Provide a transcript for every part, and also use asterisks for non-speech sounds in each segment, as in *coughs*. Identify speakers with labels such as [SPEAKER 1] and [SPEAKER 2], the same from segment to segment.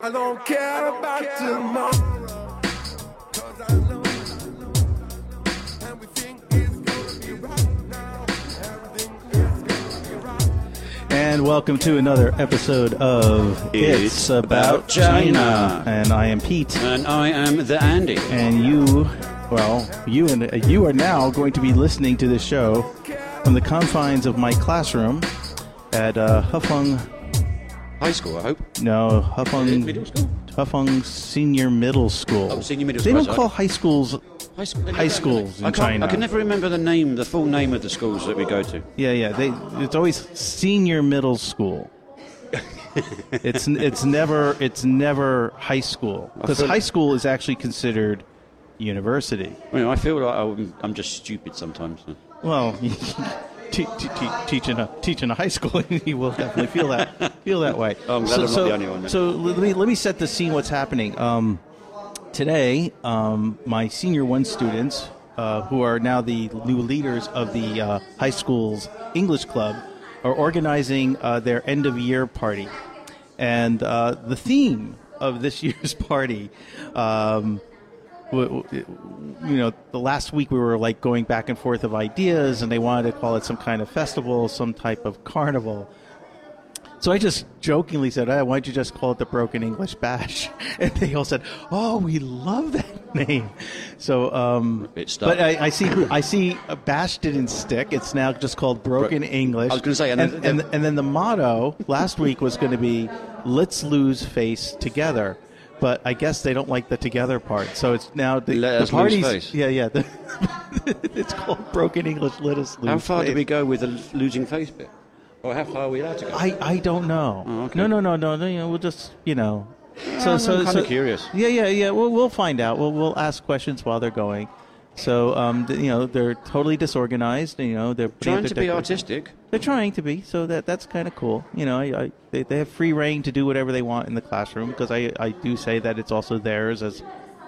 [SPEAKER 1] I don't care about tomorrow. Cause I know, and we think it's gonna be right now. Everything is gonna be right.
[SPEAKER 2] And welcome to another episode of
[SPEAKER 3] It's About China.
[SPEAKER 2] And I am Pete,
[SPEAKER 3] And I am the Andy.
[SPEAKER 2] and you, well, you and uh, you are now going to be listening to this show from the confines of my classroom at uh, Huffung.
[SPEAKER 3] High school, I hope.
[SPEAKER 2] No, Huffung.
[SPEAKER 3] Middle school?
[SPEAKER 2] Huffung Senior Middle School.
[SPEAKER 3] Oh, senior middle
[SPEAKER 2] They
[SPEAKER 3] school,
[SPEAKER 2] don't
[SPEAKER 3] I-
[SPEAKER 2] call high schools.
[SPEAKER 3] High, school,
[SPEAKER 2] High schools in
[SPEAKER 3] I can't-
[SPEAKER 2] China.
[SPEAKER 3] I can never remember the name, the full name of the schools that we go to.
[SPEAKER 2] Yeah, yeah. They. It's always senior middle school. it's it's never it's never high school because
[SPEAKER 3] feel-
[SPEAKER 2] high school is actually considered university.
[SPEAKER 3] I, mean, I feel like I'm, I'm just stupid sometimes.
[SPEAKER 2] Well, *laughs* te- te- te- teach in a teach in a high school, *laughs* you will definitely feel that feel that way.
[SPEAKER 3] Oh, I'm glad I'm not the only one then.
[SPEAKER 2] So let me let me set the scene. What's happening um, today? Um, my senior one students, uh, who are now the new leaders of the uh, high school's English club, are organizing uh, their end of year party, and uh, the theme of this *laughs* year's party. Um, w- w- you know, the last week we were like going back and forth of ideas, and they wanted to call it some kind of festival, some type of carnival. So I just jokingly said, hey, "Why don't you just call it the Broken English Bash?" *laughs* And they all said, "Oh, we love that *laughs* name." So, um,
[SPEAKER 3] It stuck.
[SPEAKER 2] but I, I see, I see, uh, Bash didn't stick. It's now just called Broken English.
[SPEAKER 3] I was gonna say,
[SPEAKER 2] and
[SPEAKER 3] and
[SPEAKER 2] and,
[SPEAKER 3] then-
[SPEAKER 2] and, then the motto last week was going to be, "Let's lose face together." But I guess they don't like the together part, so it's now the,
[SPEAKER 3] Let
[SPEAKER 2] the
[SPEAKER 3] us lose
[SPEAKER 2] party's-
[SPEAKER 3] face.
[SPEAKER 2] Yeah, *laughs* yeah. the- it's called broken English. Let us lose.
[SPEAKER 3] How far do
[SPEAKER 2] face.
[SPEAKER 3] we go with the l- losing face bit? Or how far are we allowed to go?
[SPEAKER 2] I, I don't know.
[SPEAKER 3] Oh, okay.
[SPEAKER 2] No, no, no, no, no. You know, we'll just you know. So
[SPEAKER 3] I'm
[SPEAKER 2] so
[SPEAKER 3] kinda
[SPEAKER 2] so-
[SPEAKER 3] curious.
[SPEAKER 2] Yeah, yeah, yeah. We'll we'll find out. We'll we'll ask questions while they're going. So um, th- you know, they're totally disorganized. You know, they're putting up
[SPEAKER 3] Trying
[SPEAKER 2] their
[SPEAKER 3] to be
[SPEAKER 2] decor- *laughs*
[SPEAKER 3] artistic.
[SPEAKER 2] They're trying to be. So that that's kind of cool. You know, I, I they they have free reign to do whatever they want in the classroom because I I do say that it's also theirs as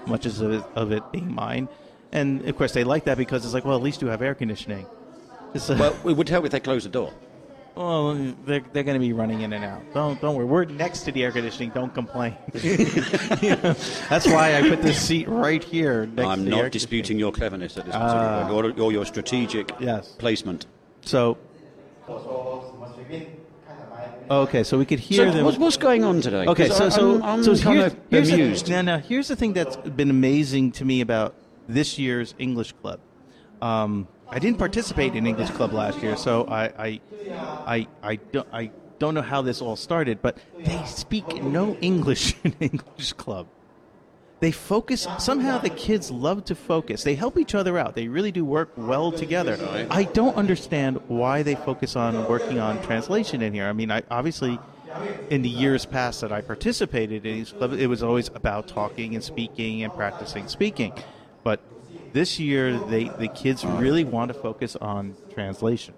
[SPEAKER 2] much as of it, of it being mine. And of course, they like that because it's like, well, at least you have air conditioning. It's, uh,
[SPEAKER 3] Well, it would help if they closed the door.
[SPEAKER 2] well, they're, they're going to be running in and out. Don't don't worry. We're next to the air conditioning. Don't complain. *laughs* That's why I put this seat right here. Next to
[SPEAKER 3] I'm
[SPEAKER 2] the air
[SPEAKER 3] not disputing your cleverness at this
[SPEAKER 2] Ah.
[SPEAKER 3] particular point, or, or your strategic
[SPEAKER 2] Yes.
[SPEAKER 3] placement.
[SPEAKER 2] conditioning. So. Okay, so we could hear
[SPEAKER 3] So
[SPEAKER 2] them.
[SPEAKER 3] what's, what's going on today?
[SPEAKER 2] Okay,
[SPEAKER 3] 'Cause
[SPEAKER 2] so
[SPEAKER 3] I-
[SPEAKER 2] so
[SPEAKER 3] I'm, I'm
[SPEAKER 2] so
[SPEAKER 3] kind
[SPEAKER 2] here's-
[SPEAKER 3] of
[SPEAKER 2] here's the-
[SPEAKER 3] amused.
[SPEAKER 2] now, now here's the thing that's been amazing to me about this year's English club. Um, I didn't participate in English club last year, so I I I I don't I don't know how this all started, but they speak no English *laughs* in English club. They focus somehow. The kids love to focus. They help each other out. They really do work well together. I don't understand why they focus on working on translation in here. I mean, I obviously, in the years past that I participated in these clubs, it was always about talking and speaking and practicing speaking. But this year, they the kids really want to focus on translation.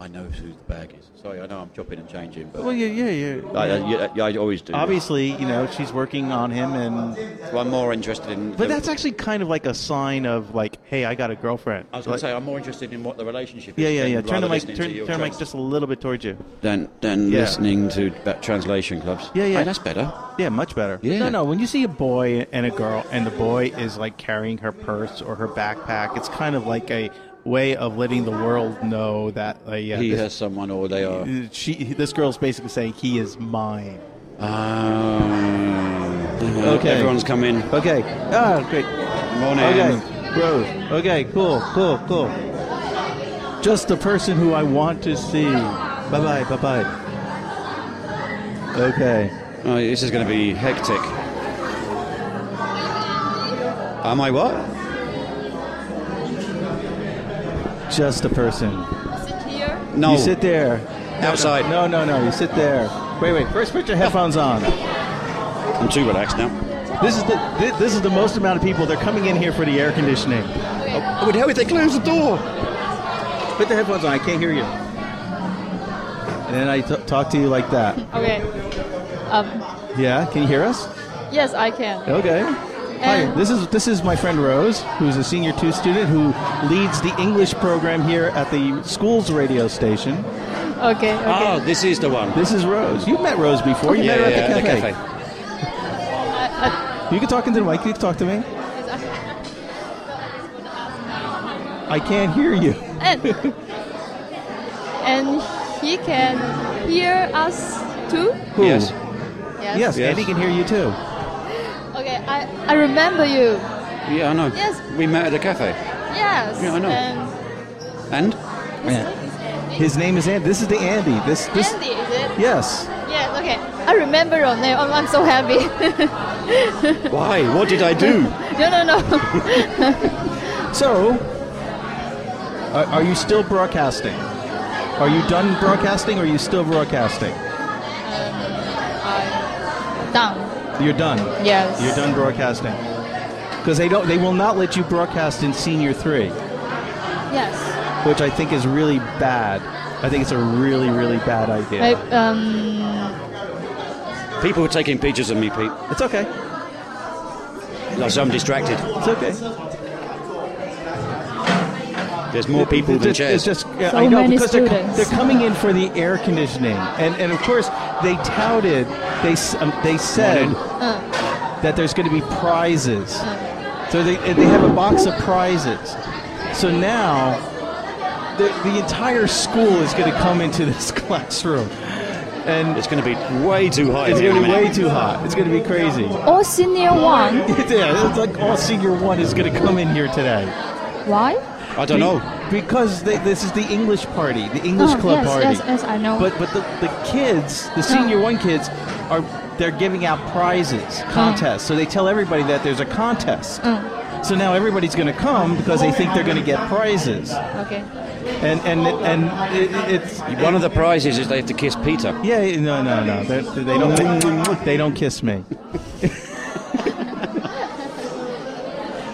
[SPEAKER 3] I know who the bag is. Sorry, I know I'm chopping and changing, but
[SPEAKER 2] Well, yeah, yeah, yeah.
[SPEAKER 3] I, I- yeah, yeah, I always do.
[SPEAKER 2] Obviously, you know, she's working on him and
[SPEAKER 3] Well, I'm more interested in.
[SPEAKER 2] But that's actually kind of like a sign of like, hey, I got a girlfriend.
[SPEAKER 3] I was going
[SPEAKER 2] Like-
[SPEAKER 3] to say I'm more interested in what the relationship is.
[SPEAKER 2] yeah, yeah,
[SPEAKER 3] than
[SPEAKER 2] yeah. Turn
[SPEAKER 3] rather
[SPEAKER 2] the mic,
[SPEAKER 3] listening to
[SPEAKER 2] turn,
[SPEAKER 3] your
[SPEAKER 2] turn the mic
[SPEAKER 3] trans-
[SPEAKER 2] just a little bit towards you.
[SPEAKER 3] than than
[SPEAKER 2] Yeah.
[SPEAKER 3] listening to ba- translation clubs.
[SPEAKER 2] Yeah, yeah.
[SPEAKER 3] Hey, that's better.
[SPEAKER 2] Yeah, much better.
[SPEAKER 3] Yeah.
[SPEAKER 2] No, no. When you see a boy and a girl, and the boy is like carrying her purse or her backpack, it's kind of like a way of letting the world know that uh, yeah,
[SPEAKER 3] He
[SPEAKER 2] this,
[SPEAKER 3] has someone, or they are.
[SPEAKER 2] she, this girl's basically saying he is mine.
[SPEAKER 3] Um,
[SPEAKER 2] Okay.
[SPEAKER 3] Everyone's come in.
[SPEAKER 2] Okay. Ah, great.
[SPEAKER 3] Morning.
[SPEAKER 2] Okay. Rose. Okay. Cool. Cool. Cool. Just the person who I want to see. Bye bye. Bye bye. Okay.
[SPEAKER 3] Oh, this is going to be hectic. Am I what?
[SPEAKER 2] Just the person.
[SPEAKER 4] sit here.
[SPEAKER 3] No.
[SPEAKER 2] You sit there.
[SPEAKER 3] Outside.
[SPEAKER 2] No, no, no. You sit there. Wait, wait. First, put your headphones on.
[SPEAKER 3] I'm too relaxed now.
[SPEAKER 2] This is the thi- this is the most amount of people. They're coming in here for the air conditioning. oh,
[SPEAKER 3] I would help if they closed the door.
[SPEAKER 2] Put the headphones on. I can't hear you. And then I t- talk to you like that.
[SPEAKER 4] Okay. Um,
[SPEAKER 2] Yeah. Can you hear us?
[SPEAKER 4] yes, I can.
[SPEAKER 2] Okay. Hi,
[SPEAKER 4] And-
[SPEAKER 2] this is this is my friend Rose, who's a senior two student who leads the English program here at the school's radio station.
[SPEAKER 4] Okay. Okay.
[SPEAKER 3] Oh, this is the one.
[SPEAKER 2] This is Rose. You've met Rose before. You met her at the cafe. You can talk into the mic. You can talk to me. I can't hear you.
[SPEAKER 4] and and he can hear us too.
[SPEAKER 2] Who?
[SPEAKER 5] Yes.
[SPEAKER 4] Yes.
[SPEAKER 2] Yes,
[SPEAKER 5] Yes.
[SPEAKER 2] Andy can hear you too.
[SPEAKER 4] Okay, I, I remember you.
[SPEAKER 5] Yeah, I know.
[SPEAKER 4] Yes.
[SPEAKER 5] We met at a cafe.
[SPEAKER 4] Yes.
[SPEAKER 5] Yeah, I know.
[SPEAKER 4] And
[SPEAKER 5] And?
[SPEAKER 2] His name is Andy. This is the Andy. This this.
[SPEAKER 4] Andy, is it?
[SPEAKER 2] Yes.
[SPEAKER 4] Yes. Okay. I remember your name. Oh, I'm so happy. *laughs*
[SPEAKER 5] Why? What did I do?
[SPEAKER 4] no, no, no.
[SPEAKER 2] So, are, are you still broadcasting? Are you done broadcasting? Or are you still broadcasting?
[SPEAKER 4] Done.
[SPEAKER 2] You're done.
[SPEAKER 4] Yes.
[SPEAKER 2] You're done broadcasting. Because they don't, they will not let you broadcast in senior three,
[SPEAKER 4] Yes.
[SPEAKER 2] which I think is really bad. I think it's a really, really bad idea.
[SPEAKER 4] I, um.
[SPEAKER 5] People were taking pictures of me, Pete.
[SPEAKER 2] It's okay.
[SPEAKER 5] Like, so I'm distracted.
[SPEAKER 2] It's okay.
[SPEAKER 5] There's more people
[SPEAKER 2] It's
[SPEAKER 5] than
[SPEAKER 2] just-
[SPEAKER 5] chairs.
[SPEAKER 2] It's just yeah,
[SPEAKER 4] So
[SPEAKER 2] I know
[SPEAKER 4] many
[SPEAKER 2] because they're, co-
[SPEAKER 4] students.
[SPEAKER 2] they're coming in for the air conditioning, and and of course they touted they s- um, they said
[SPEAKER 4] Uh.
[SPEAKER 2] that there's going to be prizes, so they they have a box of prizes. So now the the entire school is going to come into *laughs* this classroom, and
[SPEAKER 5] It's going to be way too high.
[SPEAKER 2] it's
[SPEAKER 5] here in
[SPEAKER 2] going
[SPEAKER 5] a
[SPEAKER 2] to be
[SPEAKER 5] minute.
[SPEAKER 2] way too hot. It's going to be crazy. *laughs*
[SPEAKER 4] All oh, senior one.
[SPEAKER 2] yeah, it's like all senior one is going to come in here today.
[SPEAKER 4] Why?
[SPEAKER 5] I don't know.
[SPEAKER 2] Because they, this is the English party, the English
[SPEAKER 4] Oh,
[SPEAKER 2] club
[SPEAKER 4] yes,
[SPEAKER 2] party.
[SPEAKER 4] yes, yes, I know. Oh.
[SPEAKER 2] But but the, the kids, the senior one kids, are they're giving out prizes,
[SPEAKER 4] Oh.
[SPEAKER 2] contests. So they tell everybody that there's a contest. So now everybody's going to come because
[SPEAKER 4] Oh,
[SPEAKER 2] they think they're going to get prizes.
[SPEAKER 4] Okay.
[SPEAKER 2] And and and it, it's
[SPEAKER 5] One of the prizes is they have to kiss Peter.
[SPEAKER 2] yeah no no no They're- they don't they don't kiss me.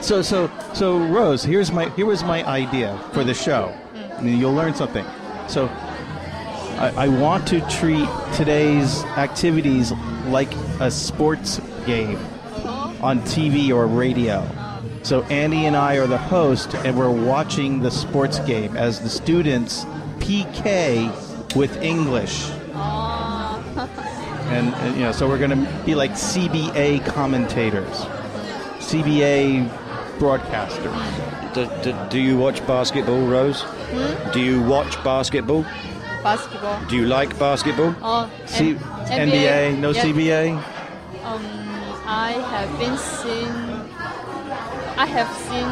[SPEAKER 2] so so so Rose, here's my here was my idea for the show. I mean, you'll learn something. So I, I want to treat today's activities like a sports game on TV or radio. So Andy and I are the host, and we're watching the sports game as the students PK with English. And, and you know, so we're going to be like CBA commentators, CBA broadcasters.
[SPEAKER 5] Do, do, do you watch basketball, Rose?
[SPEAKER 4] Hmm?
[SPEAKER 5] Do you watch basketball?
[SPEAKER 4] Basketball.
[SPEAKER 5] Do you like basketball?
[SPEAKER 4] Oh,
[SPEAKER 2] C-
[SPEAKER 4] N-
[SPEAKER 2] NBA, no
[SPEAKER 4] yeah.
[SPEAKER 2] CBA.
[SPEAKER 4] Um, I have been seen. I have seen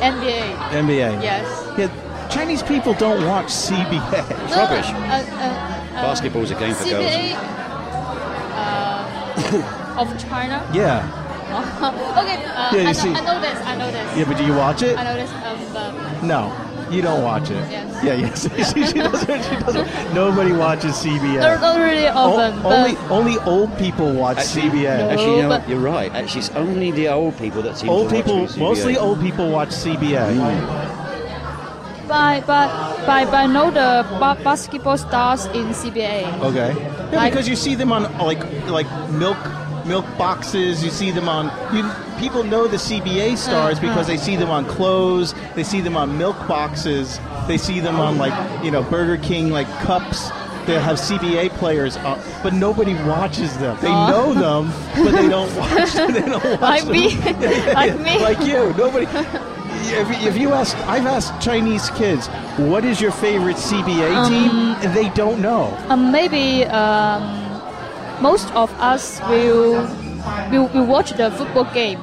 [SPEAKER 4] NBA.
[SPEAKER 2] NBA.
[SPEAKER 4] Yes.
[SPEAKER 2] Yeah, Chinese people don't watch
[SPEAKER 4] *laughs*
[SPEAKER 2] CBA.
[SPEAKER 4] No,
[SPEAKER 5] rubbish.
[SPEAKER 4] Uh, uh, uh,
[SPEAKER 5] Basketball's a game for girls.
[SPEAKER 4] CBA uh, of China.
[SPEAKER 2] Yeah.
[SPEAKER 4] okay. Uh,
[SPEAKER 2] Yeah, you
[SPEAKER 4] I, know,
[SPEAKER 2] see.
[SPEAKER 4] I know this. I know this.
[SPEAKER 2] Yeah, but do you watch it?
[SPEAKER 4] I know this. Um, but
[SPEAKER 2] No. You don't watch it.
[SPEAKER 4] Yes.
[SPEAKER 2] Yeah, yes. *laughs* she, she doesn't, she doesn't. Nobody watches CBA.
[SPEAKER 4] not, not really
[SPEAKER 2] O-
[SPEAKER 4] often. but
[SPEAKER 2] Oh, only, only old people watch CBA.
[SPEAKER 4] No.
[SPEAKER 5] Actually, you know
[SPEAKER 4] but-
[SPEAKER 5] what? You're right. Actually, it's only the old people that seem
[SPEAKER 2] Old
[SPEAKER 5] to watch
[SPEAKER 2] people,
[SPEAKER 5] CBA.
[SPEAKER 2] mostly old people watch CBA.
[SPEAKER 4] by by by by know the ba- basketball stars in CBA.
[SPEAKER 2] Okay. Yeah,
[SPEAKER 4] Like-
[SPEAKER 2] because you see them on like like milk milk boxes. You see them on you. People know the CBA stars
[SPEAKER 4] Uh-huh.
[SPEAKER 2] because they see them on clothes. They see them on milk boxes. They see them on like you know Burger King like cups. They have CBA players, on, but nobody watches them. They
[SPEAKER 4] Aw.
[SPEAKER 2] know them, but they don't watch. They don't watch
[SPEAKER 4] *laughs* Like
[SPEAKER 2] them.
[SPEAKER 4] me. *laughs* Like me.
[SPEAKER 2] *laughs* Like you. Nobody. If, if you ask, I've asked Chinese kids, what is your favorite CBA team? And they don't know.
[SPEAKER 4] Um, maybe um, most of us will, will will watch the football game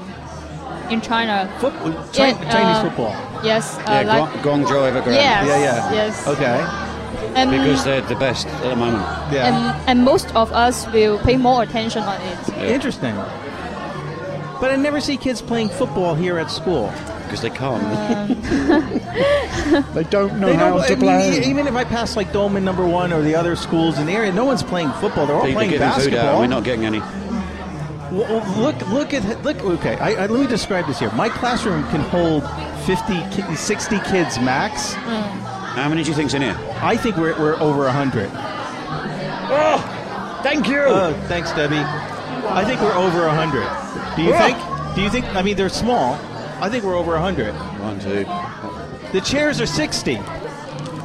[SPEAKER 4] in China.
[SPEAKER 2] Football, Chi-
[SPEAKER 4] Yeah,
[SPEAKER 2] Chinese
[SPEAKER 4] uh,
[SPEAKER 2] football.
[SPEAKER 4] Yes, uh,
[SPEAKER 5] Yeah,
[SPEAKER 4] like
[SPEAKER 5] Gong- Guangzhou Evergrande.
[SPEAKER 4] yes,
[SPEAKER 2] Yeah, yeah.
[SPEAKER 4] yes.
[SPEAKER 2] Okay.
[SPEAKER 4] And,
[SPEAKER 5] Because they're the best at the moment.
[SPEAKER 2] Yeah.
[SPEAKER 4] and and most of us will pay more attention on it.
[SPEAKER 5] Yeah.
[SPEAKER 2] Interesting. But I never see kids playing football here at school.
[SPEAKER 5] Because they can't.
[SPEAKER 6] They don't know
[SPEAKER 2] They
[SPEAKER 6] how
[SPEAKER 2] don't-
[SPEAKER 6] to
[SPEAKER 2] I mean,
[SPEAKER 6] play.
[SPEAKER 2] Even if I pass like Dolman number one or the other schools in the area, no one's playing football. They're all
[SPEAKER 5] People
[SPEAKER 2] playing
[SPEAKER 5] getting food out,
[SPEAKER 2] basketball.
[SPEAKER 5] and we're not getting any.
[SPEAKER 2] W- w- Look, look at look. Okay, I, I, let me describe this here. My classroom can hold 50, ki- 60 kids max.
[SPEAKER 5] How many do you think's in here?
[SPEAKER 2] I think we're, we're over hundred.
[SPEAKER 5] Thank you.
[SPEAKER 2] Oh, thanks, Debbie. I think we're over 100. Do you
[SPEAKER 5] Oh.
[SPEAKER 2] think? Do you think? I mean, they're small. I think we're over 100.
[SPEAKER 5] One, two,
[SPEAKER 2] The chairs are 60.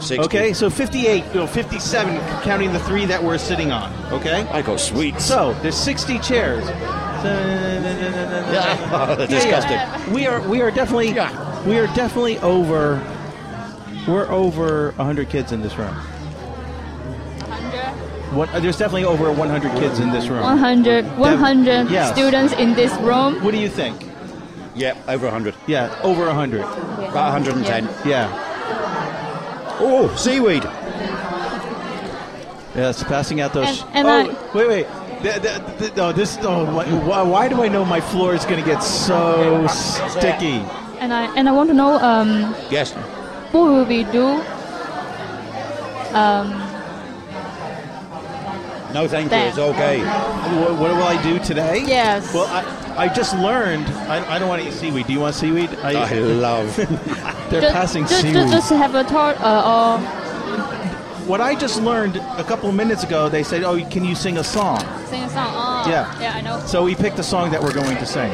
[SPEAKER 5] six.
[SPEAKER 2] Okay, so 58, no, 57, counting the three that we're sitting on. Okay,
[SPEAKER 5] *laughs* I got sweets.
[SPEAKER 2] so there's 60 chairs.
[SPEAKER 5] disgusting.
[SPEAKER 2] We are we are definitely
[SPEAKER 6] Yeah.
[SPEAKER 2] we are definitely over. We're over 100 kids in this room. What, there's definitely over 100 kids in this room.
[SPEAKER 4] 100, 100
[SPEAKER 2] yes.
[SPEAKER 4] students in this room.
[SPEAKER 2] What do you think?
[SPEAKER 5] Yeah, over 100.
[SPEAKER 2] Yeah, over 100.
[SPEAKER 5] About 110.
[SPEAKER 2] Yeah.
[SPEAKER 5] Oh, seaweed.
[SPEAKER 2] Yes, passing out those.
[SPEAKER 4] And- and
[SPEAKER 2] oh, wait, wait. Th- th- th- no, this. Oh, why, why- why do I know my floor is going to get so sticky?
[SPEAKER 4] And I and I want to know um,
[SPEAKER 5] Yes.
[SPEAKER 4] what will we do
[SPEAKER 5] No, thank you.
[SPEAKER 4] There.
[SPEAKER 5] It's okay. *laughs*
[SPEAKER 2] What, what will I do today?
[SPEAKER 4] Yes.
[SPEAKER 2] Well, I, I just learned. I, I don't want to eat seaweed. Do you want seaweed?
[SPEAKER 5] I love.
[SPEAKER 2] they're
[SPEAKER 4] Ju-
[SPEAKER 2] passing
[SPEAKER 4] ju- ju-
[SPEAKER 2] seaweed.
[SPEAKER 4] just, have a talk uh,
[SPEAKER 2] What I just learned a couple of minutes ago, they said, "Oh, can you sing a song?"
[SPEAKER 4] or sing a song. Oh,
[SPEAKER 2] Yeah.
[SPEAKER 4] Yeah, I know.
[SPEAKER 2] So we picked the song that we're going to sing.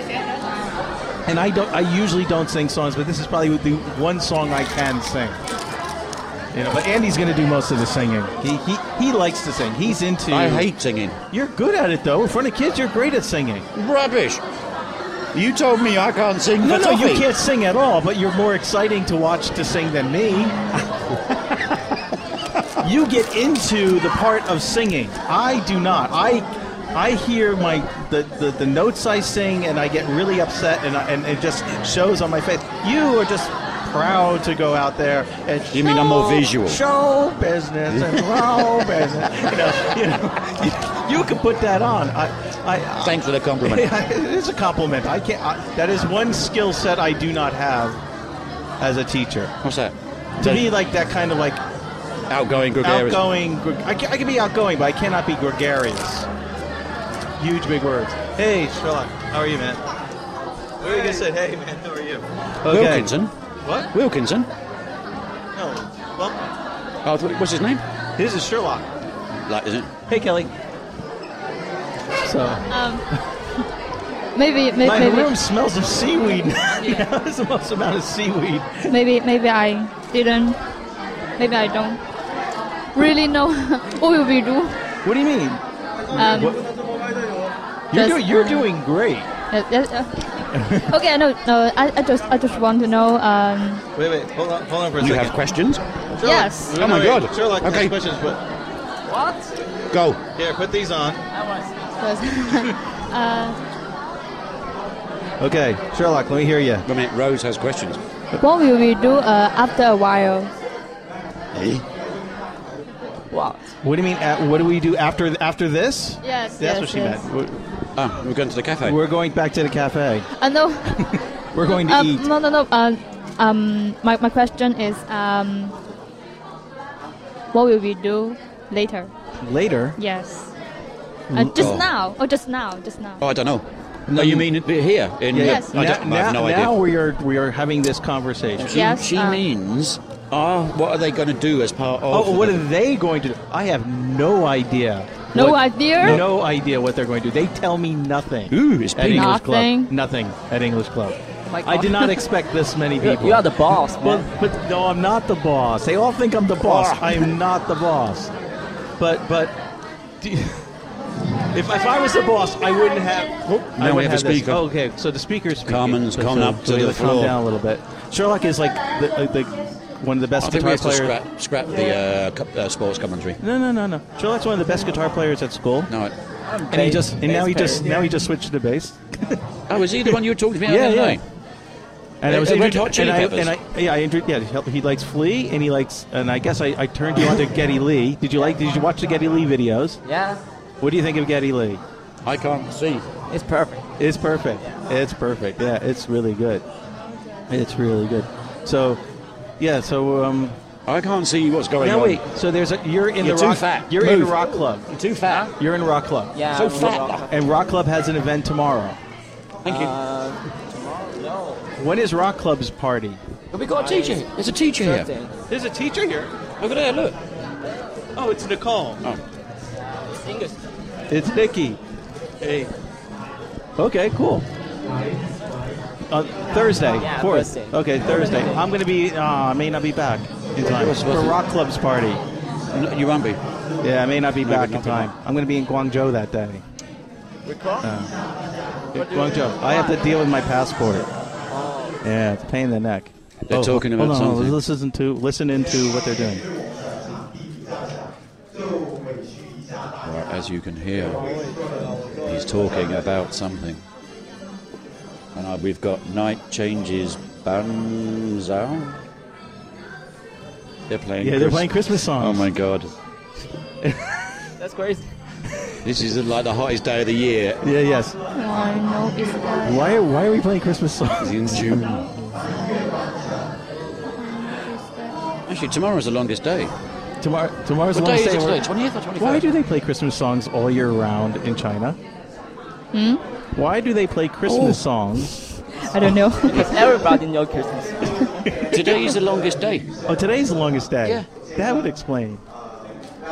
[SPEAKER 2] And I don't. I usually don't sing songs, but this is probably the one song I can sing. You know, but Andy's going to do most of the singing. He he he likes to sing. He's into.
[SPEAKER 5] I hate singing.
[SPEAKER 2] You're good at it though. In front of kids, you're great at singing.
[SPEAKER 5] Rubbish. You told me I can't sing
[SPEAKER 2] No,
[SPEAKER 5] for
[SPEAKER 2] no, you
[SPEAKER 5] toffee.
[SPEAKER 2] can't sing at all, but you're more exciting to watch to sing
[SPEAKER 5] *laughs*
[SPEAKER 2] than me. you get into the part of singing. I do not. I I hear my the, the, the notes I sing and I get really upset and, I, and it just shows on my face. You are just proud to go out there and
[SPEAKER 5] You mean I'm more
[SPEAKER 2] show-
[SPEAKER 5] visual?
[SPEAKER 2] Show business and
[SPEAKER 5] *laughs*
[SPEAKER 2] show business. You know, you, know, you, can put that on. I, I,
[SPEAKER 5] Thanks for the compliment. *laughs*
[SPEAKER 2] yeah, *laughs* it is a compliment. I can't. I, that is one skill set I do not have as a teacher.
[SPEAKER 5] What's that?
[SPEAKER 2] To be like that kind of like
[SPEAKER 5] outgoing, gregarious.
[SPEAKER 2] outgoing. Gre- I, can, I can be outgoing, but I cannot be gregarious. Huge big words. Hey, Sherlock, how are you, man? What are you gonna say? Hey, man, how are you? Okay.
[SPEAKER 5] Wilkinson.
[SPEAKER 2] What?
[SPEAKER 5] Wilkinson.
[SPEAKER 2] No. Well,
[SPEAKER 5] Oh, I thought- what's his name?
[SPEAKER 2] this is Sherlock.
[SPEAKER 5] Like, isn't it?
[SPEAKER 2] Hey, Kelly. So
[SPEAKER 4] Maybe, maybe,
[SPEAKER 2] my
[SPEAKER 4] maybe,
[SPEAKER 2] room smells of seaweed. *laughs* now. It's the most amount of seaweed.
[SPEAKER 4] maybe, maybe I didn't. Maybe I don't really know *laughs* what will we do. Um,
[SPEAKER 2] What do you mean? What- you're,
[SPEAKER 4] Just-
[SPEAKER 2] do- you're doing great.
[SPEAKER 4] Uh, yes, uh, okay, I know. No, I, I just, I just want to know. Um,
[SPEAKER 2] Wait, wait, hold on, hold on for a
[SPEAKER 5] You
[SPEAKER 2] second.
[SPEAKER 5] have questions?
[SPEAKER 2] Sherlock,
[SPEAKER 4] Yes.
[SPEAKER 2] wait,
[SPEAKER 5] Oh my
[SPEAKER 2] wait, wait.
[SPEAKER 5] God.
[SPEAKER 2] Sherlock,
[SPEAKER 5] Okay.
[SPEAKER 2] okay. questions, but
[SPEAKER 4] what?
[SPEAKER 5] Go.
[SPEAKER 2] here, put these on. Okay, Sherlock, let me hear you.
[SPEAKER 5] Wait a minute. Rose has questions.
[SPEAKER 4] *laughs* what will we do uh, after a while?
[SPEAKER 5] Eh?
[SPEAKER 4] What?
[SPEAKER 2] What do you mean? At, what do we do after after this?
[SPEAKER 4] Yes.
[SPEAKER 2] That's
[SPEAKER 4] yes,
[SPEAKER 2] what she
[SPEAKER 4] yes.
[SPEAKER 2] meant.
[SPEAKER 5] Ah, we're going to the cafe.
[SPEAKER 2] We're, we're going back to the cafe.
[SPEAKER 4] I know.
[SPEAKER 2] We're going to eat.
[SPEAKER 4] um, no, no, no. Uh, um, my, my question is, um, what will we do later?
[SPEAKER 2] Later.
[SPEAKER 4] Yes. Uh, just
[SPEAKER 5] Oh.
[SPEAKER 4] now. Oh, just now. Just now.
[SPEAKER 5] oh, I don't know. No, you mean it- here? In,
[SPEAKER 4] Yes.
[SPEAKER 5] I,
[SPEAKER 2] Now,
[SPEAKER 5] don't, I have no
[SPEAKER 2] now,
[SPEAKER 5] idea.
[SPEAKER 2] now we are we are having this conversation.
[SPEAKER 4] She- Yes,
[SPEAKER 5] She
[SPEAKER 4] uh,
[SPEAKER 5] means, ah, what are they going to do as part of?
[SPEAKER 2] Oh, what are they going to do? I have no idea.
[SPEAKER 4] No
[SPEAKER 2] what-
[SPEAKER 4] idea?
[SPEAKER 2] No idea what they're going to do. They tell me
[SPEAKER 5] *laughs*
[SPEAKER 2] nothing.
[SPEAKER 5] Ooh, it's
[SPEAKER 2] at
[SPEAKER 5] pink.
[SPEAKER 2] English
[SPEAKER 4] Nothing.
[SPEAKER 2] Club. Nothing at English Club.
[SPEAKER 7] My
[SPEAKER 2] I did
[SPEAKER 7] God.
[SPEAKER 2] not expect this many
[SPEAKER 7] *laughs* You-
[SPEAKER 2] people.
[SPEAKER 7] You are the boss,
[SPEAKER 2] Well,
[SPEAKER 7] man.
[SPEAKER 2] but no, I'm not the boss. They all think I'm the boss.
[SPEAKER 5] Ah.
[SPEAKER 2] I am not the boss. But but do you- *laughs* if, if I was the boss, I wouldn't have. whoop, I
[SPEAKER 5] Now we
[SPEAKER 2] wouldn't
[SPEAKER 5] have a
[SPEAKER 2] this.
[SPEAKER 5] speaker.
[SPEAKER 2] Oh, okay, so the speaker's speaking.
[SPEAKER 5] Carmen's
[SPEAKER 2] So-
[SPEAKER 5] gone
[SPEAKER 2] so
[SPEAKER 5] up to
[SPEAKER 2] we
[SPEAKER 5] the
[SPEAKER 2] gotta calm
[SPEAKER 5] floor.
[SPEAKER 2] down a little bit. Sherlock is like the, like the one of the best
[SPEAKER 5] I think we
[SPEAKER 2] guitar
[SPEAKER 5] have to
[SPEAKER 2] players.
[SPEAKER 5] scrap, scrap the uh, cu- uh, sports commentary.
[SPEAKER 2] No, no, no, no. Sherlock's one of the best guitar players at school,
[SPEAKER 5] No. it-
[SPEAKER 2] and he just and now he
[SPEAKER 7] bass
[SPEAKER 2] just now he just switched to bass.
[SPEAKER 5] Oh, is he the one you were talking about? the
[SPEAKER 2] Yeah,
[SPEAKER 5] other
[SPEAKER 2] yeah.
[SPEAKER 5] day?
[SPEAKER 2] And I was
[SPEAKER 5] Uh, Red Hot
[SPEAKER 2] and
[SPEAKER 5] Chili
[SPEAKER 2] I-
[SPEAKER 5] Peppers.
[SPEAKER 2] And I, yeah, I intro- yeah, he- he likes Flea, and he likes, and I guess I, I turned you on to Getty Lee. Did you like? Did you watch the Getty Lee videos?
[SPEAKER 7] Yeah,
[SPEAKER 2] What do you think of Getty Lee?
[SPEAKER 5] I can't see.
[SPEAKER 7] it's perfect.
[SPEAKER 2] It's perfect. It's perfect. Yeah, it's really good. It's really good. So, yeah. So um,
[SPEAKER 5] I can't see what's going
[SPEAKER 2] now
[SPEAKER 5] on.
[SPEAKER 2] wait. So there's a you're in
[SPEAKER 5] You're
[SPEAKER 2] the
[SPEAKER 5] too
[SPEAKER 2] rock.
[SPEAKER 5] fat.
[SPEAKER 2] You're in
[SPEAKER 5] Move.
[SPEAKER 2] rock club.
[SPEAKER 5] You're too fat.
[SPEAKER 2] You're in rock club.
[SPEAKER 7] Yeah,
[SPEAKER 5] So
[SPEAKER 7] we're
[SPEAKER 5] fat.
[SPEAKER 7] welcome.
[SPEAKER 2] And rock club has an event tomorrow.
[SPEAKER 5] Thank you.
[SPEAKER 2] When is rock club's party?
[SPEAKER 7] But we got a teacher. here.
[SPEAKER 5] There's a teacher here.
[SPEAKER 7] Thirteen.
[SPEAKER 2] There's a teacher here.
[SPEAKER 5] Over there, look.
[SPEAKER 2] Oh, it's Nicole.
[SPEAKER 7] It's English.
[SPEAKER 2] It's Nikki. Hey. Okay, cool. Uh, Thursday,
[SPEAKER 7] Yeah,
[SPEAKER 2] fourth.
[SPEAKER 7] Thursday.
[SPEAKER 2] Okay, Thursday. I'm gonna be. Uh, I may not be back in time
[SPEAKER 5] was-
[SPEAKER 2] for
[SPEAKER 5] was it-
[SPEAKER 2] Rock Club's party.
[SPEAKER 5] No, you won't be.
[SPEAKER 2] Yeah, I may not be back
[SPEAKER 5] you're not
[SPEAKER 2] in time. I'm gonna be in Guangzhou that day. Uh, Guangzhou. I have to deal with my passport. Yeah, it's a pain in the neck. Oh,
[SPEAKER 3] They're talking about
[SPEAKER 2] hold on, hold on.
[SPEAKER 3] something.
[SPEAKER 2] Let's listen to listen into what they're doing.
[SPEAKER 3] Right, as you can hear, he's talking about something. And uh, we've got Night Changes Banzao. They're playing.
[SPEAKER 2] Yeah, they're playing Christmas
[SPEAKER 3] Oh
[SPEAKER 2] songs.
[SPEAKER 3] my god,
[SPEAKER 7] That's crazy.
[SPEAKER 3] this is like the hottest day of the year.
[SPEAKER 2] Yeah, yes.
[SPEAKER 4] I know it's that.
[SPEAKER 2] Why why are we playing Christmas songs?
[SPEAKER 3] In June. Actually, tomorrow's the longest day.
[SPEAKER 2] Tomorrow tomorrow's
[SPEAKER 7] What
[SPEAKER 2] the
[SPEAKER 7] day
[SPEAKER 2] last day.
[SPEAKER 7] is it
[SPEAKER 2] we're-
[SPEAKER 7] today? 20th or 25th?
[SPEAKER 2] Why do they play Christmas songs all year round in China? Hmm? Why do they play Christmas songs?
[SPEAKER 4] I don't know. *laughs*
[SPEAKER 7] Because everybody knows Christmas.
[SPEAKER 3] Today is the longest day.
[SPEAKER 2] Oh, today's the longest day.
[SPEAKER 3] Yeah.
[SPEAKER 2] That would explain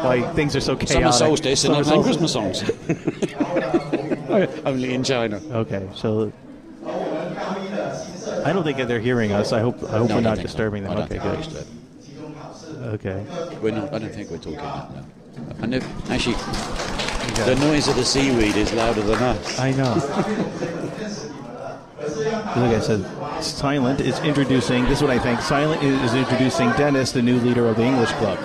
[SPEAKER 2] why things are so chaotic.
[SPEAKER 3] Summer solstice and
[SPEAKER 2] Summer
[SPEAKER 3] they're playing
[SPEAKER 2] solstice.
[SPEAKER 3] Christmas songs.
[SPEAKER 2] *laughs*
[SPEAKER 3] *laughs* Only in China.
[SPEAKER 2] Okay, so I don't think that they're hearing us. I hope I hope
[SPEAKER 3] No, I
[SPEAKER 2] we're
[SPEAKER 3] don't
[SPEAKER 2] not
[SPEAKER 3] think-
[SPEAKER 2] disturbing them.
[SPEAKER 3] I don't
[SPEAKER 2] Okay,
[SPEAKER 3] think we're
[SPEAKER 2] good.
[SPEAKER 3] disturbing.
[SPEAKER 2] Okay.
[SPEAKER 3] We're not, I don't think we're talking. No. And if, actually, the noise of the seaweed is louder than us.
[SPEAKER 2] I know. like I said, Silent is introducing. This is what I think. Silent is is introducing Dennis, the new leader of the English Club.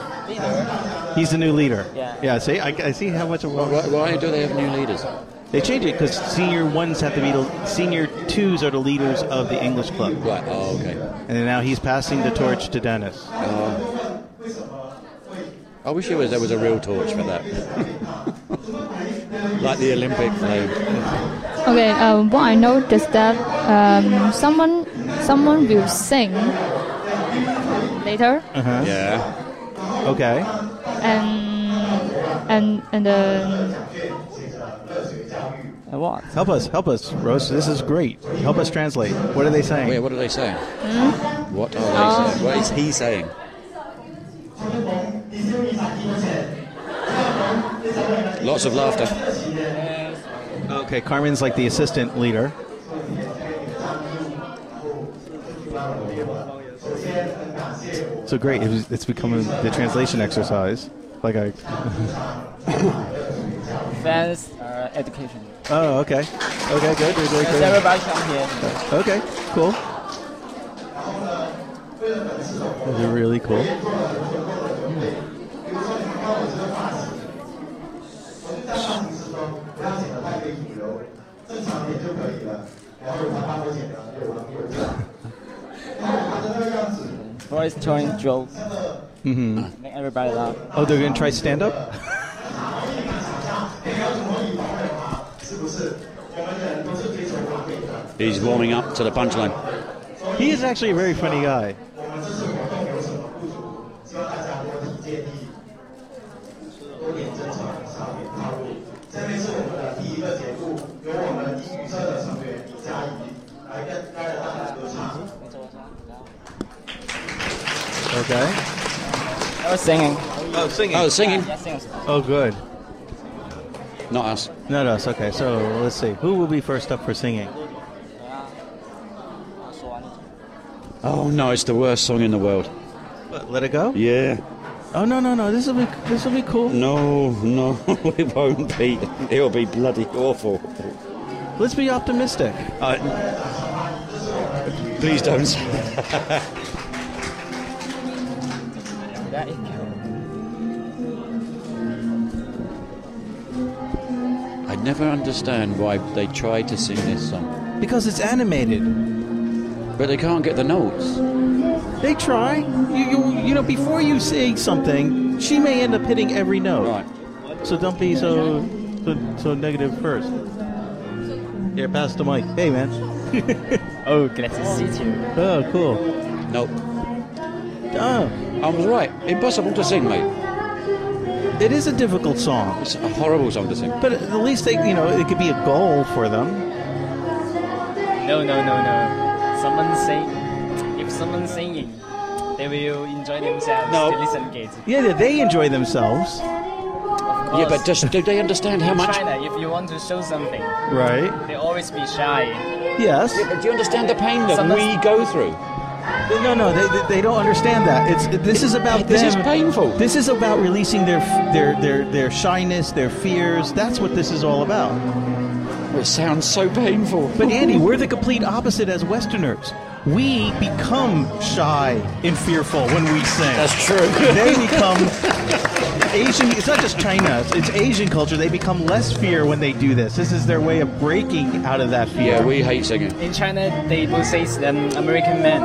[SPEAKER 2] He's the new leader.
[SPEAKER 7] Yeah.
[SPEAKER 2] Yeah. See, I, I see how much of a
[SPEAKER 3] Why, why do they have new leaders?
[SPEAKER 2] they change it because senior ones have to be the senior twos are the leaders of the English Club,
[SPEAKER 3] Right. Oh, okay.
[SPEAKER 2] and now he's passing the torch to Dennis.
[SPEAKER 3] I wish it was there was a real torch for *laughs* that, like the Olympic flame.
[SPEAKER 4] Okay, um, what I know is that um, someone someone will sing later,
[SPEAKER 5] Uh.
[SPEAKER 3] Yeah.
[SPEAKER 2] Okay.
[SPEAKER 4] and and and um, then
[SPEAKER 7] And what?
[SPEAKER 2] Help us, help us, Rose. This is great. Help us translate. What are they saying?
[SPEAKER 3] Wait, what are they saying? What are they saying? What is he saying? Lots of laughter.
[SPEAKER 2] Okay, Carmen's like the assistant leader. So great, it was, it's becoming the translation exercise. Like I,
[SPEAKER 7] Fans uh, education.
[SPEAKER 2] oh okay, okay, good, good, good,
[SPEAKER 7] Because
[SPEAKER 2] good.
[SPEAKER 7] everybody come here.
[SPEAKER 2] okay, cool. Those are really cool.
[SPEAKER 7] Voice telling jokes.
[SPEAKER 3] Mm-hmm.
[SPEAKER 7] Make everybody laugh.
[SPEAKER 2] Oh, they're gonna try stand up.
[SPEAKER 3] He's warming up to the punchline.
[SPEAKER 2] He is actually a very funny guy. Okay.
[SPEAKER 7] They were singing.
[SPEAKER 2] Oh, singing.
[SPEAKER 3] Oh, singing.
[SPEAKER 7] Yeah, singing.
[SPEAKER 2] Oh, good.
[SPEAKER 3] Not us.
[SPEAKER 2] Not us. Okay, so let's see. Who will be first up for singing?
[SPEAKER 3] Oh no, it's the worst song in the world.
[SPEAKER 2] What, Let it go.
[SPEAKER 3] Yeah.
[SPEAKER 2] Oh no no no! This will be this will be cool.
[SPEAKER 3] No, no, *laughs* it won't be. It'll be bloody awful.
[SPEAKER 2] Let's be optimistic.
[SPEAKER 3] Please don't. say-
[SPEAKER 7] That is
[SPEAKER 3] I never understand why they try to sing this song,
[SPEAKER 2] Because it's animated.
[SPEAKER 3] but they can't get the notes.
[SPEAKER 2] They try. You, you, you know, before you say something, she may end up hitting every note.
[SPEAKER 3] Right.
[SPEAKER 2] So don't be so so, so negative first. Here, pass the mic. Hey, man. oh,
[SPEAKER 7] Glad to see you.
[SPEAKER 2] oh, cool.
[SPEAKER 3] Nope.
[SPEAKER 2] Oh,
[SPEAKER 3] I was right. Impossible to sing, mate.
[SPEAKER 2] it is a difficult song,
[SPEAKER 3] It's a horrible song to sing.
[SPEAKER 2] but at least they, you know, it could be a goal for them.
[SPEAKER 7] No, no, no, no. Someone sing. If someone's singing, they will enjoy themselves.
[SPEAKER 3] No.
[SPEAKER 7] They listen kids.
[SPEAKER 2] Yeah, that they enjoy themselves,
[SPEAKER 3] Yeah, but does, do they understand how
[SPEAKER 7] in
[SPEAKER 3] much?
[SPEAKER 7] China, if you want to show something,
[SPEAKER 2] right?
[SPEAKER 7] they always be shy.
[SPEAKER 2] Yes.
[SPEAKER 3] Do you understand the pain that
[SPEAKER 7] Sometimes-
[SPEAKER 3] we go through?
[SPEAKER 2] No, no, they, they- they don't understand that. It's this is about
[SPEAKER 3] This
[SPEAKER 2] them.
[SPEAKER 3] is painful.
[SPEAKER 2] This is about releasing their their their their shyness, their fears. That's what this is all about.
[SPEAKER 3] It sounds so painful.
[SPEAKER 2] But Andy, we're the complete opposite as Westerners. We become shy and fearful when we sing.
[SPEAKER 3] That's true.
[SPEAKER 2] they become Asian. It's not just China. it's- It's Asian culture. They become less fear when they do this. This is their way of breaking out of that fear.
[SPEAKER 3] Yeah, we hate singing.
[SPEAKER 7] In China, they do say um, American men,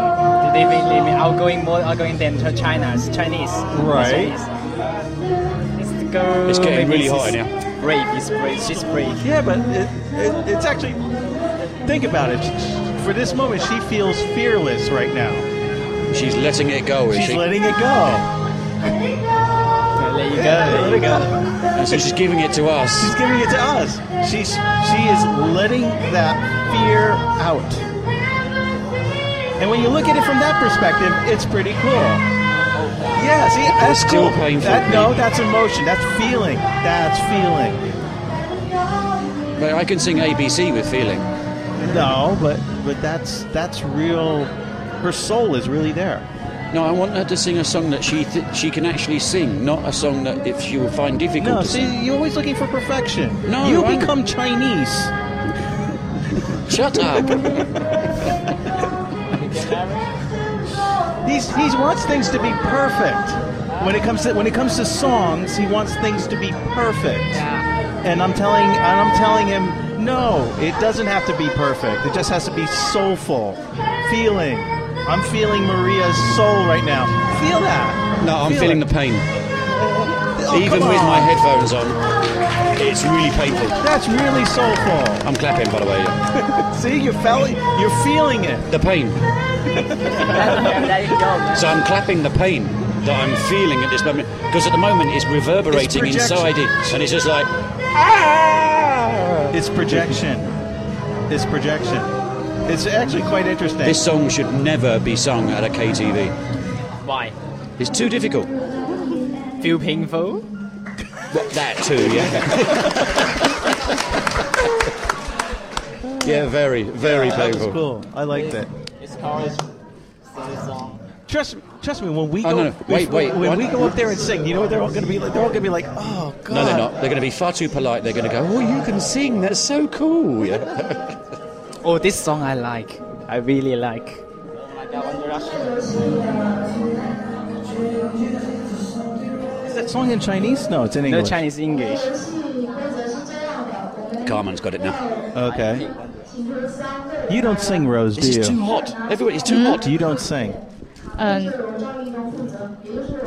[SPEAKER 7] they may they may outgoing more outgoing than to China's Chinese.
[SPEAKER 2] Right.
[SPEAKER 7] That's what it is. It's the girl.
[SPEAKER 3] It's getting really
[SPEAKER 7] maybe
[SPEAKER 3] hot in
[SPEAKER 7] she's
[SPEAKER 3] here.
[SPEAKER 7] Brave, it's brave. She's brave.
[SPEAKER 2] Yeah, but it, it, it's actually. Think about it. For this moment, she feels fearless right now.
[SPEAKER 3] She's letting it go, is
[SPEAKER 2] She's
[SPEAKER 3] she?
[SPEAKER 2] letting it go.
[SPEAKER 7] Yeah, there you go.
[SPEAKER 2] Yeah, let it go.
[SPEAKER 3] and so she's giving it to us.
[SPEAKER 2] She's giving it to us. She's she is letting that fear out. And when you look at it from that perspective, it's pretty cool. Yeah, see, that's
[SPEAKER 3] still
[SPEAKER 2] cool.
[SPEAKER 3] painful.
[SPEAKER 2] That, no, that's emotion. That's feeling. That's feeling.
[SPEAKER 3] But I can sing ABC with feeling.
[SPEAKER 2] No, but but that's that's real. Her soul is really there.
[SPEAKER 3] No, I want her to sing a song that she th- she can actually sing, not a song that if she will find difficult
[SPEAKER 2] No,
[SPEAKER 3] to sing.
[SPEAKER 2] see, you're always looking for perfection.
[SPEAKER 3] No,
[SPEAKER 2] you
[SPEAKER 3] I'm-
[SPEAKER 2] become Chinese. *laughs*
[SPEAKER 3] Shut up.
[SPEAKER 2] He's, he wants things to be perfect. When it comes to when it comes to songs, he wants things to be perfect. And I'm telling and I'm telling him, no, it doesn't have to be perfect. It just has to be soulful, feeling. I'm feeling Maria's soul right now. Feel that.
[SPEAKER 3] No, I'm
[SPEAKER 2] Feel
[SPEAKER 3] feeling
[SPEAKER 2] it.
[SPEAKER 3] the pain.
[SPEAKER 2] Oh,
[SPEAKER 3] Even
[SPEAKER 2] come
[SPEAKER 3] with
[SPEAKER 2] on.
[SPEAKER 3] my headphones on, it's really painful.
[SPEAKER 2] That's really soulful.
[SPEAKER 3] I'm clapping, by the way. yeah.
[SPEAKER 2] See, you felt you're feeling it.
[SPEAKER 3] The pain.
[SPEAKER 7] There you go. *laughs*
[SPEAKER 3] So I'm clapping the pain that I'm feeling at this moment because at the moment it's reverberating
[SPEAKER 2] It's projection.
[SPEAKER 3] inside it, and it's just like
[SPEAKER 2] It's projection. It's projection. It's actually quite interesting.
[SPEAKER 3] this song should never be sung at a KTV.
[SPEAKER 7] Why?
[SPEAKER 3] It's too difficult.
[SPEAKER 7] Feel painful?
[SPEAKER 3] Well, that too, yeah. yeah, very, very
[SPEAKER 2] that was cool. I liked it.
[SPEAKER 7] It's called silly song.
[SPEAKER 2] Trust, trust me. When we go,
[SPEAKER 3] Oh, no, no. Wait,
[SPEAKER 2] if-
[SPEAKER 3] wait,
[SPEAKER 2] When
[SPEAKER 3] what?
[SPEAKER 2] we go up there and sing, you know what they're all going to be like? They're all going to be like, oh god.
[SPEAKER 3] No, they're not. They're going to be far too polite. They're going to go, "Oh, you can sing. That's so cool." Yeah.
[SPEAKER 7] Oh, this song I like. I really like.
[SPEAKER 2] Is that song in Chinese? No, it's in
[SPEAKER 7] No
[SPEAKER 2] English.
[SPEAKER 7] Chinese English.
[SPEAKER 3] Carmen's got it now.
[SPEAKER 2] Okay. You don't sing, Rose, do
[SPEAKER 3] This
[SPEAKER 2] you?
[SPEAKER 3] is too hot. Everybody, it's too
[SPEAKER 7] Hmm?
[SPEAKER 3] hot.
[SPEAKER 2] you don't sing.
[SPEAKER 4] Um,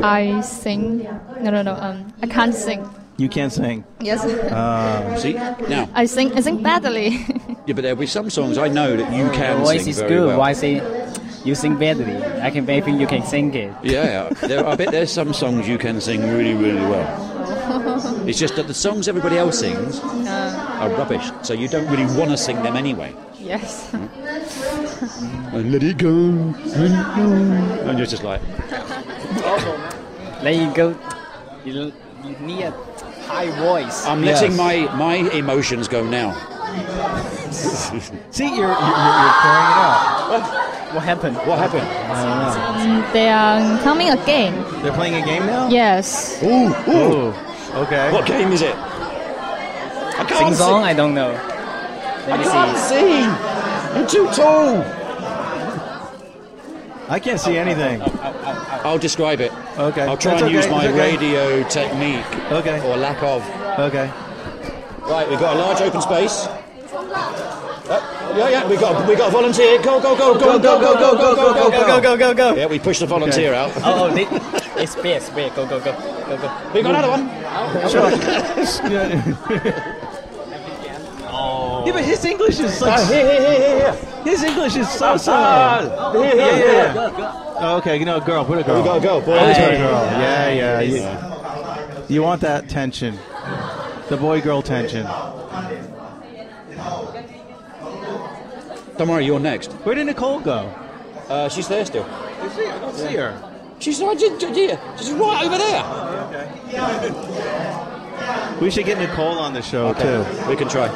[SPEAKER 4] I sing. No, no, no. Um, I can't sing.
[SPEAKER 2] You can't sing.
[SPEAKER 4] Yes,
[SPEAKER 5] Uh.
[SPEAKER 3] See now,
[SPEAKER 4] *laughs* I sing. I sing badly. *laughs*
[SPEAKER 3] yeah, but there'll be some songs I know that you
[SPEAKER 7] Your
[SPEAKER 3] can
[SPEAKER 7] voice
[SPEAKER 3] sing
[SPEAKER 7] Oh, is
[SPEAKER 3] very
[SPEAKER 7] good.
[SPEAKER 3] well.
[SPEAKER 7] Why say you sing badly? I can maybe you can sing it.
[SPEAKER 3] *laughs* Yeah, yeah. there, I bet there's some songs you can sing really, really well.
[SPEAKER 7] *laughs*
[SPEAKER 3] It's just that the songs everybody else sings
[SPEAKER 7] Uh.
[SPEAKER 3] are rubbish, so you don't really want to sing them anyway.
[SPEAKER 4] yes.
[SPEAKER 3] Let it go, and you're just like,
[SPEAKER 7] Then you go. You, you need a high voice.
[SPEAKER 2] Um,
[SPEAKER 3] I'm letting my my emotions go now.
[SPEAKER 2] See, you're you're, you're, you're pouring it out.
[SPEAKER 7] what happened?
[SPEAKER 3] What happened?
[SPEAKER 5] Uh.
[SPEAKER 4] They are coming again.
[SPEAKER 2] They're playing a game now.
[SPEAKER 4] Yes.
[SPEAKER 3] Ooh,
[SPEAKER 7] Oh.
[SPEAKER 3] ooh.
[SPEAKER 2] Okay.
[SPEAKER 3] What game is it? I can't
[SPEAKER 7] Sing song? I don't know. Let me see.
[SPEAKER 3] sing. I'm too tall.
[SPEAKER 2] I can't see anything.
[SPEAKER 3] I'll describe it.
[SPEAKER 2] Okay.
[SPEAKER 3] I'll try
[SPEAKER 2] That's
[SPEAKER 3] and use
[SPEAKER 2] okay,
[SPEAKER 3] my
[SPEAKER 2] it's okay.
[SPEAKER 3] radio technique.
[SPEAKER 2] Okay.
[SPEAKER 3] Or lack of.
[SPEAKER 2] Okay.
[SPEAKER 3] Right, we've got a large open space. Uh, yeah, yeah, we've got, we've got a volunteer. Go, go, go, go, go, go, go, go, go, go, go, go, go,
[SPEAKER 2] go go.
[SPEAKER 3] Yeah, we pushed the volunteer out.
[SPEAKER 7] Oh, oh they, it's big, it's big. Go, go, go, go, go.
[SPEAKER 3] We've got another one.
[SPEAKER 2] Sure. *laughs* yeah, but his English is like
[SPEAKER 3] Here, here, here, here, here.
[SPEAKER 2] his English is so so.
[SPEAKER 3] Ah, here, here,
[SPEAKER 2] Yeah,
[SPEAKER 3] here.
[SPEAKER 2] yeah. Oh, okay, no, girl, put a girl.
[SPEAKER 3] Go, go, boys.
[SPEAKER 2] Boy, girl. Yeah, yeah. You, you want that tension, the boy-girl tension.
[SPEAKER 3] Don't worry, you're next.
[SPEAKER 2] Where did Nicole go?
[SPEAKER 3] Uh, she's there still.
[SPEAKER 2] I don't see her.
[SPEAKER 3] She's right, she's, she's right over there.
[SPEAKER 2] We should get Nicole on the show too.
[SPEAKER 3] We can try.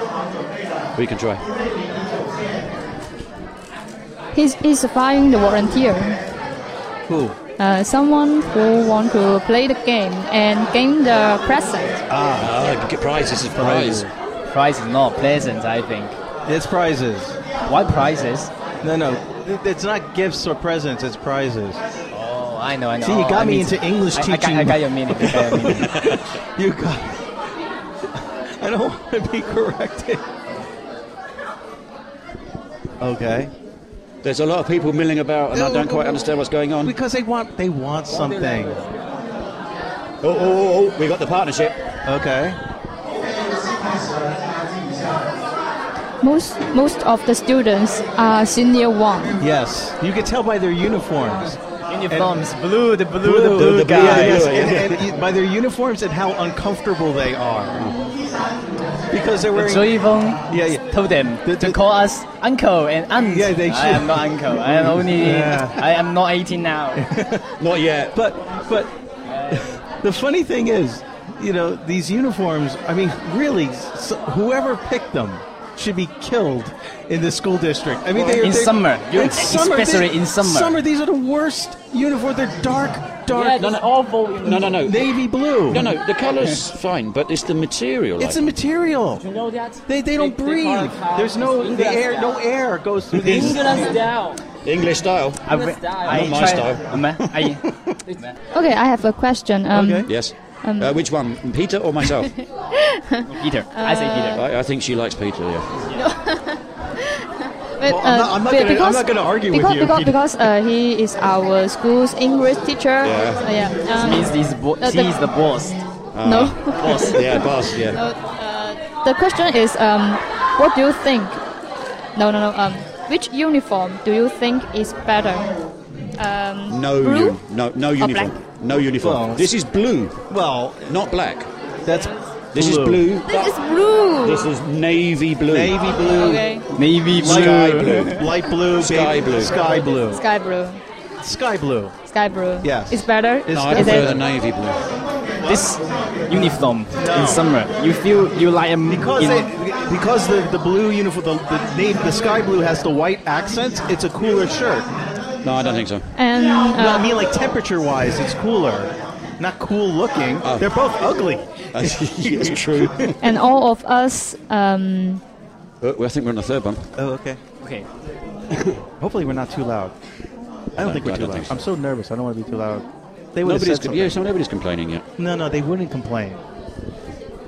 [SPEAKER 3] We can try.
[SPEAKER 4] He's he's firing the volunteer.
[SPEAKER 2] Who?
[SPEAKER 4] Uh, someone who want to play the game and gain the present.
[SPEAKER 3] Ah, get prize. This is prize.
[SPEAKER 7] price is not pleasant, I think.
[SPEAKER 2] It's prizes.
[SPEAKER 7] What prices?
[SPEAKER 2] No, no, th- it's not gifts or presents. It's prizes.
[SPEAKER 7] Oh, I know, I know.
[SPEAKER 2] See, you
[SPEAKER 7] Oh,
[SPEAKER 2] got
[SPEAKER 7] I
[SPEAKER 2] me
[SPEAKER 7] mean-
[SPEAKER 2] into English
[SPEAKER 7] I, I got-
[SPEAKER 2] teaching.
[SPEAKER 7] I, got, your meaning. I got your
[SPEAKER 2] *laughs*
[SPEAKER 7] meaning.
[SPEAKER 2] You got. I don't want to be corrected. Okay.
[SPEAKER 3] There's a lot of people milling about, and I don't quite understand what's going on.
[SPEAKER 2] Because they want they want something.
[SPEAKER 3] Oh, oh, oh, oh, we got the partnership.
[SPEAKER 2] Okay.
[SPEAKER 4] Most most of the students are senior one.
[SPEAKER 2] Yes. You can tell by their uniforms.
[SPEAKER 7] Uniforms, blue, the blue, the
[SPEAKER 3] Blue,
[SPEAKER 7] blue,
[SPEAKER 3] the blue,
[SPEAKER 7] guy.
[SPEAKER 3] yeah,
[SPEAKER 2] Yes,
[SPEAKER 3] yeah.
[SPEAKER 2] and, and you- by their uniforms and how uncomfortable they are. Because they're wearing.
[SPEAKER 7] Zhou Yifeng
[SPEAKER 2] Yeah, yeah.
[SPEAKER 7] told them
[SPEAKER 2] The-
[SPEAKER 7] to
[SPEAKER 2] the-
[SPEAKER 7] call us uncle and aunt.
[SPEAKER 2] Yeah, they
[SPEAKER 7] I am not uncle. I am only.
[SPEAKER 2] *laughs* Yeah.
[SPEAKER 7] I am not 18 now.
[SPEAKER 3] Not yet.
[SPEAKER 2] But but *laughs* the funny thing is, you know, these uniforms. I mean, really, s whoever picked them should be killed in the school district. I mean, they,
[SPEAKER 7] In
[SPEAKER 2] they-
[SPEAKER 7] summer.
[SPEAKER 2] in
[SPEAKER 7] You- especially
[SPEAKER 2] they-
[SPEAKER 7] in summer.
[SPEAKER 2] These are the worst uniforms. They're dark, dark,
[SPEAKER 3] no, no. awful. No, no, no.
[SPEAKER 2] navy blue.
[SPEAKER 3] No, no, the colour's fine, but it's the material.
[SPEAKER 2] It's
[SPEAKER 3] I
[SPEAKER 2] a material.
[SPEAKER 7] You know that?
[SPEAKER 2] They, they don't breathe. There's no the air. No air goes through these.
[SPEAKER 7] style.
[SPEAKER 3] think. English style.
[SPEAKER 7] I, re- I
[SPEAKER 3] Not my
[SPEAKER 7] try-
[SPEAKER 3] style.
[SPEAKER 7] Um,
[SPEAKER 2] *laughs*
[SPEAKER 7] I,
[SPEAKER 4] Okay, I have a question. Um,
[SPEAKER 2] Okay.
[SPEAKER 3] Yes. uh, which one, Peter or
[SPEAKER 4] *laughs*
[SPEAKER 3] myself?
[SPEAKER 7] Peter. I say Peter.
[SPEAKER 3] I, I think she likes Peter. Yeah.
[SPEAKER 4] But,
[SPEAKER 2] Well, I'm not- I'm not
[SPEAKER 4] be-
[SPEAKER 2] gonna- I'm
[SPEAKER 4] because-
[SPEAKER 2] not gonna argue with
[SPEAKER 4] because,
[SPEAKER 2] you.
[SPEAKER 4] Because, because uh, he is our school's English teacher.
[SPEAKER 3] Yeah.
[SPEAKER 4] Uh, yeah. Um,
[SPEAKER 7] Means he's bo-
[SPEAKER 4] the-
[SPEAKER 7] she is uh, the boss.
[SPEAKER 2] uh,
[SPEAKER 4] no. *laughs*
[SPEAKER 3] Boss. Yeah, boss. Yeah.
[SPEAKER 4] Uh, the question is, um, what do you think? No, no, no. Um, which uniform do you think is better? Um,
[SPEAKER 3] No,
[SPEAKER 4] blue?
[SPEAKER 3] u- no, no uniform.
[SPEAKER 4] Oh, black?
[SPEAKER 3] No uniform.
[SPEAKER 2] Well-
[SPEAKER 3] This is blue,
[SPEAKER 2] Well,
[SPEAKER 3] not black.
[SPEAKER 2] that's
[SPEAKER 3] This is blue.
[SPEAKER 4] This is blue.
[SPEAKER 3] This is navy blue.
[SPEAKER 2] navy blue,
[SPEAKER 4] okay.
[SPEAKER 7] Navy blue.
[SPEAKER 3] Sky blue.
[SPEAKER 2] light blue,
[SPEAKER 3] Sky
[SPEAKER 2] baby-
[SPEAKER 3] blue.
[SPEAKER 2] sky blue,
[SPEAKER 4] Sky blue.
[SPEAKER 2] sky blue.
[SPEAKER 4] Sky blue.
[SPEAKER 2] Yes.
[SPEAKER 4] It's better.
[SPEAKER 2] No,
[SPEAKER 3] I
[SPEAKER 4] is
[SPEAKER 3] prefer
[SPEAKER 4] it?
[SPEAKER 3] the navy blue.
[SPEAKER 7] This uniform in summer, you feel you like a m-
[SPEAKER 2] Because
[SPEAKER 7] in-
[SPEAKER 2] it, because the, the blue uniform, the the, navy, the sky blue has the white accents. It's a cooler shirt.
[SPEAKER 3] No, I don't think *laughs* so.
[SPEAKER 4] And
[SPEAKER 2] No, I
[SPEAKER 4] uh,
[SPEAKER 2] mean like temperature wise, it's cooler. Not cool looking. They're both ugly.
[SPEAKER 3] it's true.
[SPEAKER 4] uh, and all of us. Um,
[SPEAKER 3] Uh, *laughs* well, I think we're on the third one.
[SPEAKER 2] Oh, okay.
[SPEAKER 7] okay.
[SPEAKER 2] Hopefully we're not too loud. I don't think we're
[SPEAKER 3] I
[SPEAKER 2] too
[SPEAKER 3] don't
[SPEAKER 2] loud.
[SPEAKER 3] think so.
[SPEAKER 2] I'm so nervous. I don't want to be too loud. They would have
[SPEAKER 3] Nobody's,
[SPEAKER 2] said
[SPEAKER 3] com-
[SPEAKER 2] something.
[SPEAKER 3] yeah, so nobody's complaining yet.
[SPEAKER 2] No, no, they wouldn't complain.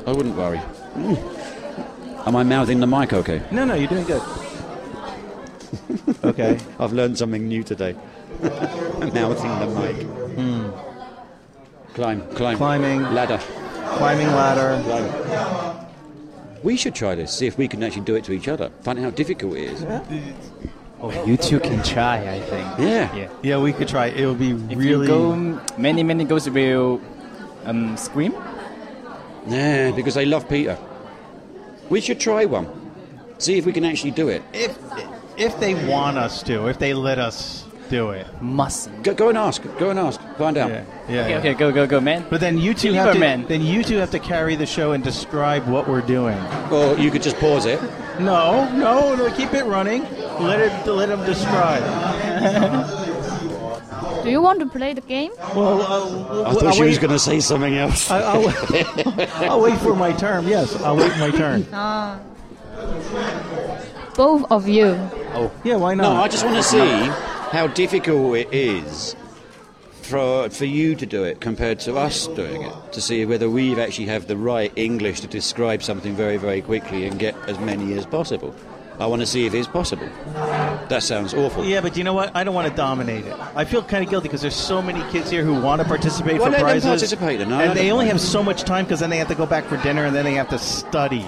[SPEAKER 3] I wouldn't worry. Mm. Am I mouthing the mic okay?
[SPEAKER 2] No, no, you're doing good. *laughs* okay.
[SPEAKER 3] I've learned something new *laughs* today. mouthing the mic. Hmm. Climb, climb.
[SPEAKER 2] Climbing.
[SPEAKER 3] Ladder.
[SPEAKER 2] Climbing ladder.
[SPEAKER 3] Climb. We should try this, see if we can actually do it to each other. Find out how difficult it is.
[SPEAKER 7] Oh, you two can try. I think.
[SPEAKER 3] Yeah.
[SPEAKER 7] Yeah.
[SPEAKER 2] Yeah, we could try. It would be
[SPEAKER 7] If
[SPEAKER 2] really.
[SPEAKER 7] you go many many goes will um scream.
[SPEAKER 3] Nah, because they love Peter. We should try one. See if we can actually do it.
[SPEAKER 2] if if they want us to, if they let us do it.
[SPEAKER 7] Must.
[SPEAKER 3] Go, go and ask. Go and ask. Find out.
[SPEAKER 2] Yeah. Yeah.
[SPEAKER 7] Okay,
[SPEAKER 2] yeah.
[SPEAKER 7] okay, go go go, man.
[SPEAKER 2] But then you two have to,
[SPEAKER 7] Lieberman.
[SPEAKER 2] then you two have to carry the show and describe what we're doing.
[SPEAKER 3] Or you could just pause it.
[SPEAKER 2] No, no, no, keep it running. Let it let them describe.
[SPEAKER 4] do you want to play the game?
[SPEAKER 2] Well, uh, I thought she was going to say something
[SPEAKER 3] *laughs*
[SPEAKER 2] else. I, I'll, I'll wait for my turn. Yes, I'll wait my turn.
[SPEAKER 4] Both of you.
[SPEAKER 2] Yeah, why
[SPEAKER 3] No,
[SPEAKER 2] not?
[SPEAKER 7] Oh.
[SPEAKER 3] I just want to see how difficult it is for for you to do it compared to us doing it. To see whether we actually have the right English to describe something very, very quickly and get as many as possible. I want to see if it's possible. That sounds awful.
[SPEAKER 2] Yeah, but you know what? I don't want to dominate it. I feel kind of guilty because there's so many kids here who want to participate
[SPEAKER 3] Well,
[SPEAKER 2] for
[SPEAKER 3] let them
[SPEAKER 2] prizes.
[SPEAKER 3] participate, then. I
[SPEAKER 2] and they
[SPEAKER 3] don't
[SPEAKER 2] only
[SPEAKER 3] mind.
[SPEAKER 2] have so much time because then they have to go back for dinner and then they have to study.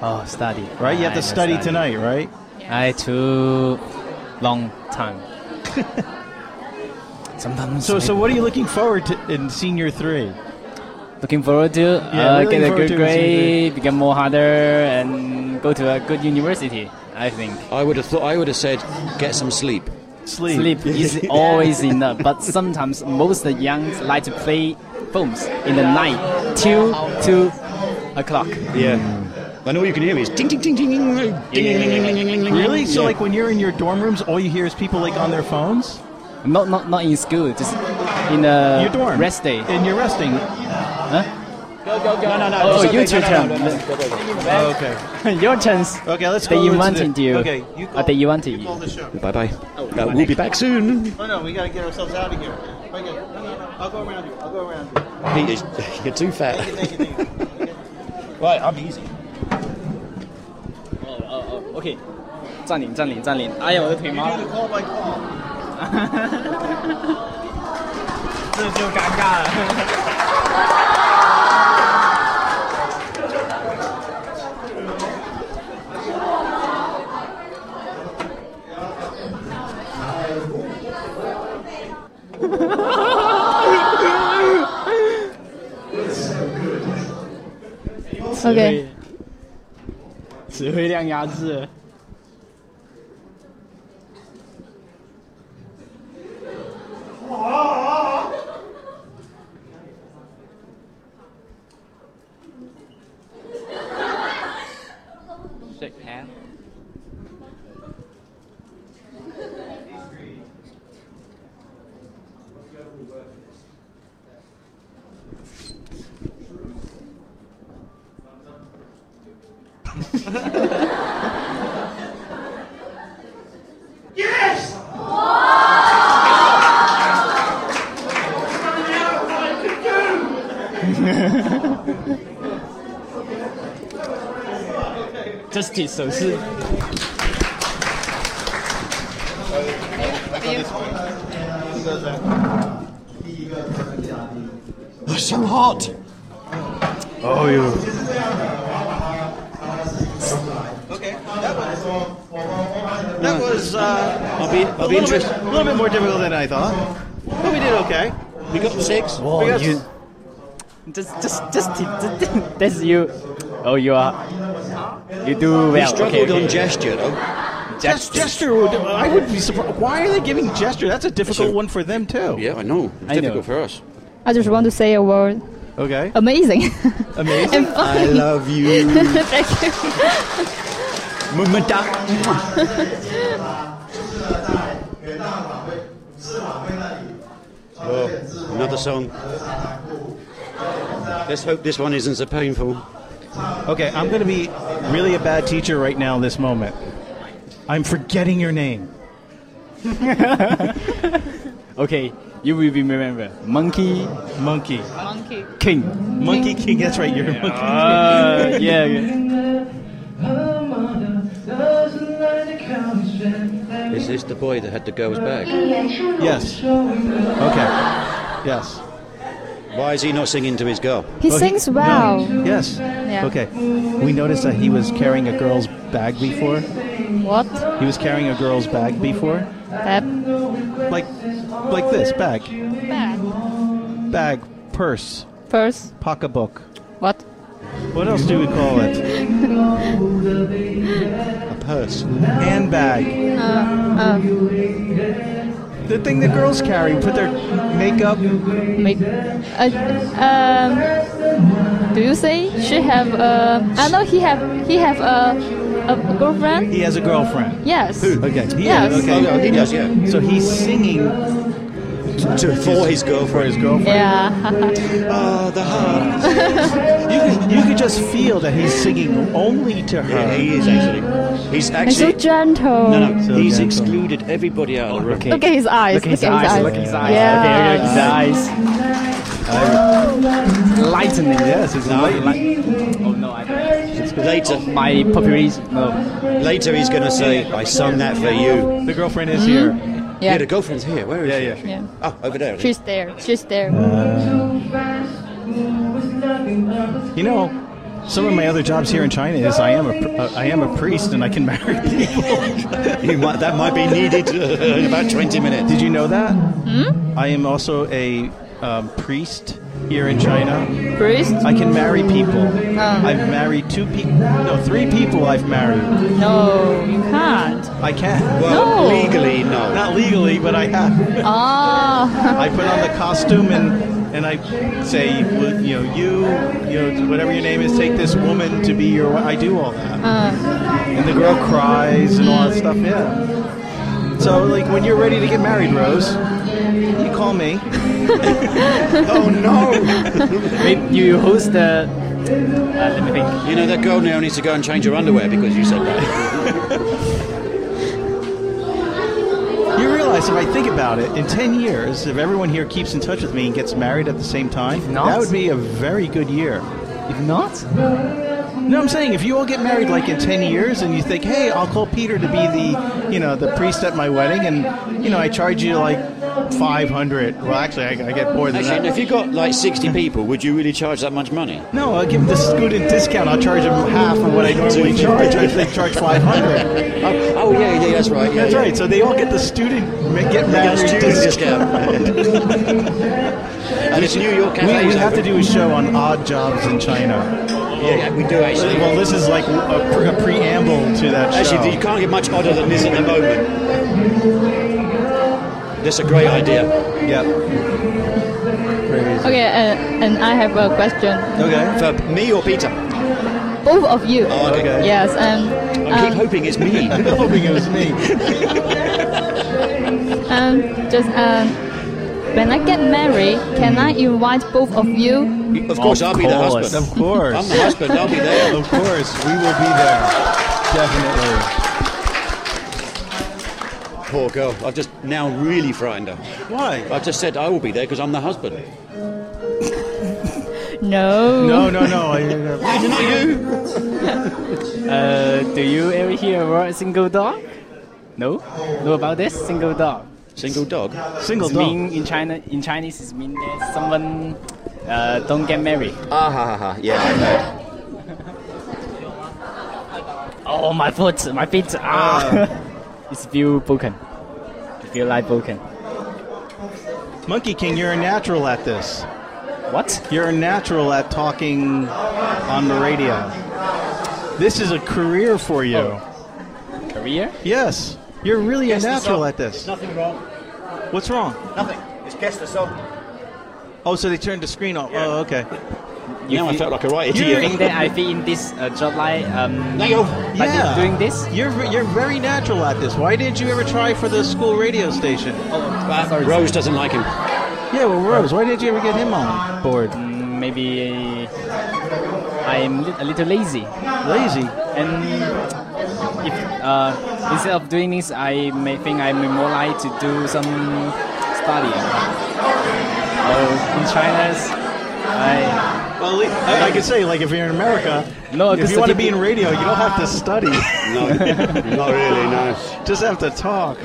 [SPEAKER 7] Oh, study.
[SPEAKER 2] Right? You
[SPEAKER 7] I
[SPEAKER 2] have to study tonight, right?
[SPEAKER 7] I too long time. *laughs* Sometimes.
[SPEAKER 2] So, so what are you looking forward to in senior three?
[SPEAKER 7] looking forward to uh,
[SPEAKER 2] really
[SPEAKER 7] get a
[SPEAKER 2] forward
[SPEAKER 7] good
[SPEAKER 2] to it,
[SPEAKER 7] grade, become more harder, and go to a good university. I think
[SPEAKER 3] I would have thought I would have said get some sleep.
[SPEAKER 2] Sleep. *laughs*
[SPEAKER 7] sleep is always enough, but sometimes most of the youngs like to play phones in the night till two o'clock.
[SPEAKER 3] Yeah. Mm. And all you can hear is ding ding ding ding ding ding ding ding ding ding ding ding.
[SPEAKER 2] Really? So,
[SPEAKER 3] Yeah.
[SPEAKER 2] like, when you're in your dorm rooms, all you hear is people like on their phones.
[SPEAKER 7] Not not not in school, just in a
[SPEAKER 2] your dorm
[SPEAKER 7] Uh, rest day.
[SPEAKER 2] and you're resting.
[SPEAKER 7] Huh? Go, go, go.
[SPEAKER 5] no, no,
[SPEAKER 7] Oh,
[SPEAKER 5] it's
[SPEAKER 7] you
[SPEAKER 5] okay.
[SPEAKER 7] two
[SPEAKER 5] No, no,
[SPEAKER 7] turn.
[SPEAKER 5] no, no, no,
[SPEAKER 2] Okay.
[SPEAKER 7] *laughs* Your turns.
[SPEAKER 2] Okay, let's
[SPEAKER 7] They
[SPEAKER 2] go. over to
[SPEAKER 7] invented
[SPEAKER 2] the-
[SPEAKER 7] you.
[SPEAKER 2] Okay, you
[SPEAKER 7] Uh,
[SPEAKER 2] call,
[SPEAKER 7] they invented
[SPEAKER 2] you
[SPEAKER 7] you.
[SPEAKER 2] call the show.
[SPEAKER 5] Bye bye.
[SPEAKER 7] my
[SPEAKER 5] we'll be back soon.
[SPEAKER 2] Oh no, we gotta get ourselves out of here. Okay, no, no, no. I'll go around you. I'll go around you.
[SPEAKER 3] *laughs*
[SPEAKER 5] Peter, you're too fat.
[SPEAKER 2] Thank you, thank you.
[SPEAKER 5] Right, I'm easy.
[SPEAKER 7] Oh, oh, oh, okay. 占领，占领，占领！哎呀，我的腿麻了
[SPEAKER 2] Do the call by
[SPEAKER 5] *laughs*
[SPEAKER 2] call.
[SPEAKER 7] 这就尴尬了。
[SPEAKER 4] Okay.
[SPEAKER 7] 词汇量压制。Shake hand. Justice 手势。
[SPEAKER 5] so hot. Oh, you.
[SPEAKER 2] Okay, that was that was uh,
[SPEAKER 5] I'll be, I'll
[SPEAKER 2] a
[SPEAKER 5] be
[SPEAKER 2] little bit,
[SPEAKER 5] interested.
[SPEAKER 2] a little bit more difficult than I thought, but we did okay.
[SPEAKER 5] We got six.
[SPEAKER 2] We got-
[SPEAKER 7] Just, just, just, just, that's you. Oh, you are. You do
[SPEAKER 3] We
[SPEAKER 7] well. Okay,
[SPEAKER 3] struggled
[SPEAKER 7] okay.
[SPEAKER 3] on gesture, though.
[SPEAKER 2] Gest- gesture. would- I would be surprised. Why are they giving gesture? That's a difficult
[SPEAKER 3] Sure.
[SPEAKER 2] one for them too.
[SPEAKER 3] Yeah, I know. It's
[SPEAKER 7] I know.
[SPEAKER 3] difficult for us.
[SPEAKER 4] I just want to say a word.
[SPEAKER 2] Okay.
[SPEAKER 4] Amazing.
[SPEAKER 2] Amazing.
[SPEAKER 4] *laughs* and
[SPEAKER 5] I
[SPEAKER 4] fun.
[SPEAKER 5] love you.
[SPEAKER 4] Thank you.
[SPEAKER 3] Oh, Another song. Let's hope this one isn't so painful.
[SPEAKER 2] Okay, I'm going to be really a bad teacher right now. This moment, I'm forgetting your name.
[SPEAKER 7] Okay, you will be remember. Monkey
[SPEAKER 2] Monkey.
[SPEAKER 4] Monkey.
[SPEAKER 7] King.
[SPEAKER 2] Monkey King. That's right. You're a monkey.
[SPEAKER 7] Uh, yeah. yeah.
[SPEAKER 3] Is this the boy that had the girl's bag?
[SPEAKER 2] Yes. Okay. Yes.
[SPEAKER 3] Why is he not singing to his girl?
[SPEAKER 4] He
[SPEAKER 2] Oh,
[SPEAKER 4] sings
[SPEAKER 2] no.
[SPEAKER 4] well.
[SPEAKER 2] Yes. Okay. We noticed that he was carrying a girl's bag before.
[SPEAKER 4] What?
[SPEAKER 2] He was carrying a girl's bag before.
[SPEAKER 4] That
[SPEAKER 2] Like, like this bag,
[SPEAKER 4] bag.
[SPEAKER 2] bag, purse,
[SPEAKER 4] Purse.
[SPEAKER 2] pocketbook.
[SPEAKER 4] What?
[SPEAKER 2] What else do we call it?
[SPEAKER 5] A purse.
[SPEAKER 2] Handbag. The thing that girls carry, put their makeup.
[SPEAKER 4] Make. Uh, um. Do you say she have a? I know he have he have a a girlfriend.
[SPEAKER 2] He has a girlfriend.
[SPEAKER 4] Yes.
[SPEAKER 2] Okay. He
[SPEAKER 4] Yes.
[SPEAKER 2] Is,
[SPEAKER 3] Oh,
[SPEAKER 2] okay.
[SPEAKER 3] no, he does, yeah.
[SPEAKER 2] So he's singing.
[SPEAKER 3] To, for his girlfriend.
[SPEAKER 4] Yeah.
[SPEAKER 3] Ah, the heart.
[SPEAKER 2] You could, you could just feel that he's singing only to
[SPEAKER 3] Yeah,
[SPEAKER 2] her.
[SPEAKER 3] he is actually. He's
[SPEAKER 4] He's so
[SPEAKER 3] actually.
[SPEAKER 4] gentle.
[SPEAKER 3] No, no,
[SPEAKER 2] So
[SPEAKER 3] he's
[SPEAKER 2] gentle.
[SPEAKER 3] excluded everybody out of the room.
[SPEAKER 7] Okay.
[SPEAKER 4] Look at his eyes.
[SPEAKER 7] Look at his eyes. Look at his eyes.
[SPEAKER 4] Yeah.
[SPEAKER 7] Okay, okay, his eyes. Lightning.
[SPEAKER 2] Yes, it's enlightening.
[SPEAKER 7] Oh no, I don't.
[SPEAKER 3] Later,
[SPEAKER 7] My population. No.
[SPEAKER 3] later he's going to say, I sung that for you.
[SPEAKER 2] The girlfriend is here.
[SPEAKER 3] Yeah,
[SPEAKER 4] Yeah.
[SPEAKER 3] the girlfriend's here. Where is
[SPEAKER 2] Yeah,
[SPEAKER 3] she?
[SPEAKER 2] yeah.
[SPEAKER 4] yeah.
[SPEAKER 3] Oh, over there.
[SPEAKER 4] She's there. She's there.
[SPEAKER 2] You know, some of my other jobs here in China is I am a pr- uh, I am a priest and I can marry *laughs* people.
[SPEAKER 3] You might, that might
[SPEAKER 2] *laughs*
[SPEAKER 3] be needed *laughs* in about 20 minutes.
[SPEAKER 2] Did you know that? I am also a um, priest here in China.
[SPEAKER 4] Priest?
[SPEAKER 2] I can marry people. I've married two people, no, three people. I've married.
[SPEAKER 4] No, you can't.
[SPEAKER 2] I can.
[SPEAKER 3] Well,
[SPEAKER 4] No.
[SPEAKER 3] legally, no.
[SPEAKER 2] Not legally, but I have.
[SPEAKER 4] Oh. *laughs*
[SPEAKER 2] I put on the costume and and I say, "Would- you know, you, you know, whatever your name is, take this woman to be your. wi-" I do all that. and the girl cries and all that stuff. Yeah. So like when you're ready to get married, Rose, You call me.
[SPEAKER 5] Oh no!
[SPEAKER 7] Maybe you host the. Uh, let me think.
[SPEAKER 3] You know that girl now needs to go and change her underwear because you said *laughs* that.
[SPEAKER 2] You realize if I think about it, in 10 years, if everyone here keeps in touch with me and gets married at the same time,
[SPEAKER 7] not-
[SPEAKER 2] that would be a very good year.
[SPEAKER 7] If not,
[SPEAKER 2] No, I'm saying if you all get married like in 10 years and you think, hey, I'll call Peter to be the, you know, the priest at my wedding and, you know, I charge you like 500. Well, actually, I, I get more than
[SPEAKER 3] Actually,
[SPEAKER 2] that.
[SPEAKER 3] if you got like 60 people, would you really charge that much money?
[SPEAKER 2] No, I'll give the student discount. I'll charge them half of what I normally charge. I they charge 500.
[SPEAKER 3] Oh, yeah, yeah, that's right. Yeah,
[SPEAKER 2] That's
[SPEAKER 3] yeah.
[SPEAKER 2] right. So they all get the student ma- get
[SPEAKER 3] They got a
[SPEAKER 2] married
[SPEAKER 3] student
[SPEAKER 2] discount.
[SPEAKER 3] discount. *laughs* and it's New York
[SPEAKER 2] We,
[SPEAKER 3] Cafe.
[SPEAKER 2] we have to do a show on odd jobs in China.
[SPEAKER 3] Yeah, yeah, we do actually.
[SPEAKER 2] Well, this is like a, pre- a preamble to that show.
[SPEAKER 3] Actually, you can't get much odder than this at the moment. That's a great idea.
[SPEAKER 2] yeah.
[SPEAKER 4] Okay, uh, and I have a question.
[SPEAKER 3] *laughs*
[SPEAKER 2] Okay.
[SPEAKER 3] For me or Peter?
[SPEAKER 4] Both of you.
[SPEAKER 3] Oh, okay.
[SPEAKER 2] Okay.
[SPEAKER 4] Yes, and
[SPEAKER 3] I keep hoping it's me.
[SPEAKER 2] I'm hoping it was me.
[SPEAKER 4] um, just um, when I get married, can I invite both of you?
[SPEAKER 3] *laughs* Of course, I'll be the
[SPEAKER 7] course.
[SPEAKER 3] husband.
[SPEAKER 2] Of course.
[SPEAKER 3] I'm the husband. I'll be there.
[SPEAKER 2] Of course, we will be there. Definitely.
[SPEAKER 3] Poor girl. I've just now really frightened her.
[SPEAKER 2] Why?
[SPEAKER 3] I've just said I will be there because I'm the husband.
[SPEAKER 4] No.
[SPEAKER 2] No, no, no. I,
[SPEAKER 3] It's not you.
[SPEAKER 7] uh, do you ever hear about single dog? No, know about this single dog.
[SPEAKER 3] Single dog.
[SPEAKER 2] uh, single
[SPEAKER 7] It's
[SPEAKER 2] dog.
[SPEAKER 7] mean in China. In Chinese, it's mean that someone uh, don't get married.
[SPEAKER 3] Ah ha ha ha. Yeah, I know.
[SPEAKER 7] Oh my foot, my feet. Ah, it's feel broken. It feel like broken.
[SPEAKER 2] Monkey King, you're a natural at this.
[SPEAKER 7] What?
[SPEAKER 2] You're a natural at talking on the radio. This is a career for you.
[SPEAKER 7] Career?
[SPEAKER 2] Yes, you're really a
[SPEAKER 8] Guess the
[SPEAKER 2] natural
[SPEAKER 8] song.
[SPEAKER 2] at this.
[SPEAKER 8] Nothing wrong.
[SPEAKER 2] What's wrong?
[SPEAKER 8] Nothing. It's guess the song.
[SPEAKER 2] Oh, so they turned the screen off.
[SPEAKER 8] Yeah.
[SPEAKER 2] Oh, okay.
[SPEAKER 3] Now I felt like a right
[SPEAKER 7] Do you
[SPEAKER 3] idiot.
[SPEAKER 7] think that I fit in this uh, job like um
[SPEAKER 3] Now you.
[SPEAKER 7] like doing this?
[SPEAKER 2] You're you're very natural at this. Why didn't you ever try for the school radio station?
[SPEAKER 3] Ah, Rose doesn't like him.
[SPEAKER 2] Yeah, well, Rose, why didn't you ever get him on board?
[SPEAKER 7] Mm, Maybe I'm li- a little lazy.
[SPEAKER 2] Lazy.
[SPEAKER 7] And if uh, instead of doing this, I may think I may more like to do some study. Oh, in China's, I
[SPEAKER 2] Well, at least- I, I could say, like, if you're in America,
[SPEAKER 7] No,
[SPEAKER 2] if
[SPEAKER 7] because
[SPEAKER 2] you want to
[SPEAKER 7] the
[SPEAKER 2] be in
[SPEAKER 7] people-
[SPEAKER 2] radio, you don't have to study. *laughs*
[SPEAKER 3] No, *laughs* not really. No.
[SPEAKER 2] Just have to talk.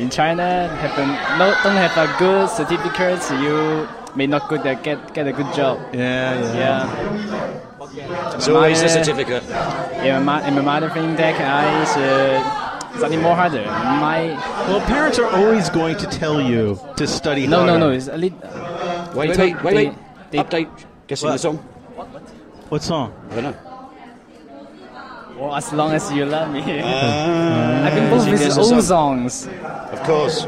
[SPEAKER 7] in China have a, no don't have a good certificate, so you may not good at get get a good job.
[SPEAKER 2] Yeah,
[SPEAKER 7] Yeah,
[SPEAKER 3] It's always the
[SPEAKER 7] Mine-
[SPEAKER 3] certificate.
[SPEAKER 7] yeah. My, and my mother think that I should study more harder. My
[SPEAKER 2] Well, parents are always going to tell you to study
[SPEAKER 7] no no
[SPEAKER 2] harder.
[SPEAKER 7] no. It's a little.
[SPEAKER 3] Wait,
[SPEAKER 7] They
[SPEAKER 3] wait,
[SPEAKER 7] took-
[SPEAKER 3] wait, wait.
[SPEAKER 7] they- they-
[SPEAKER 3] Update. Guessing the
[SPEAKER 2] What?
[SPEAKER 3] song.
[SPEAKER 2] What song?
[SPEAKER 3] I don't know.
[SPEAKER 7] Well, as long as you love me.
[SPEAKER 3] Ah.
[SPEAKER 7] *laughs* I think both of
[SPEAKER 3] there's
[SPEAKER 7] his
[SPEAKER 3] a
[SPEAKER 7] old songs.
[SPEAKER 3] Of course.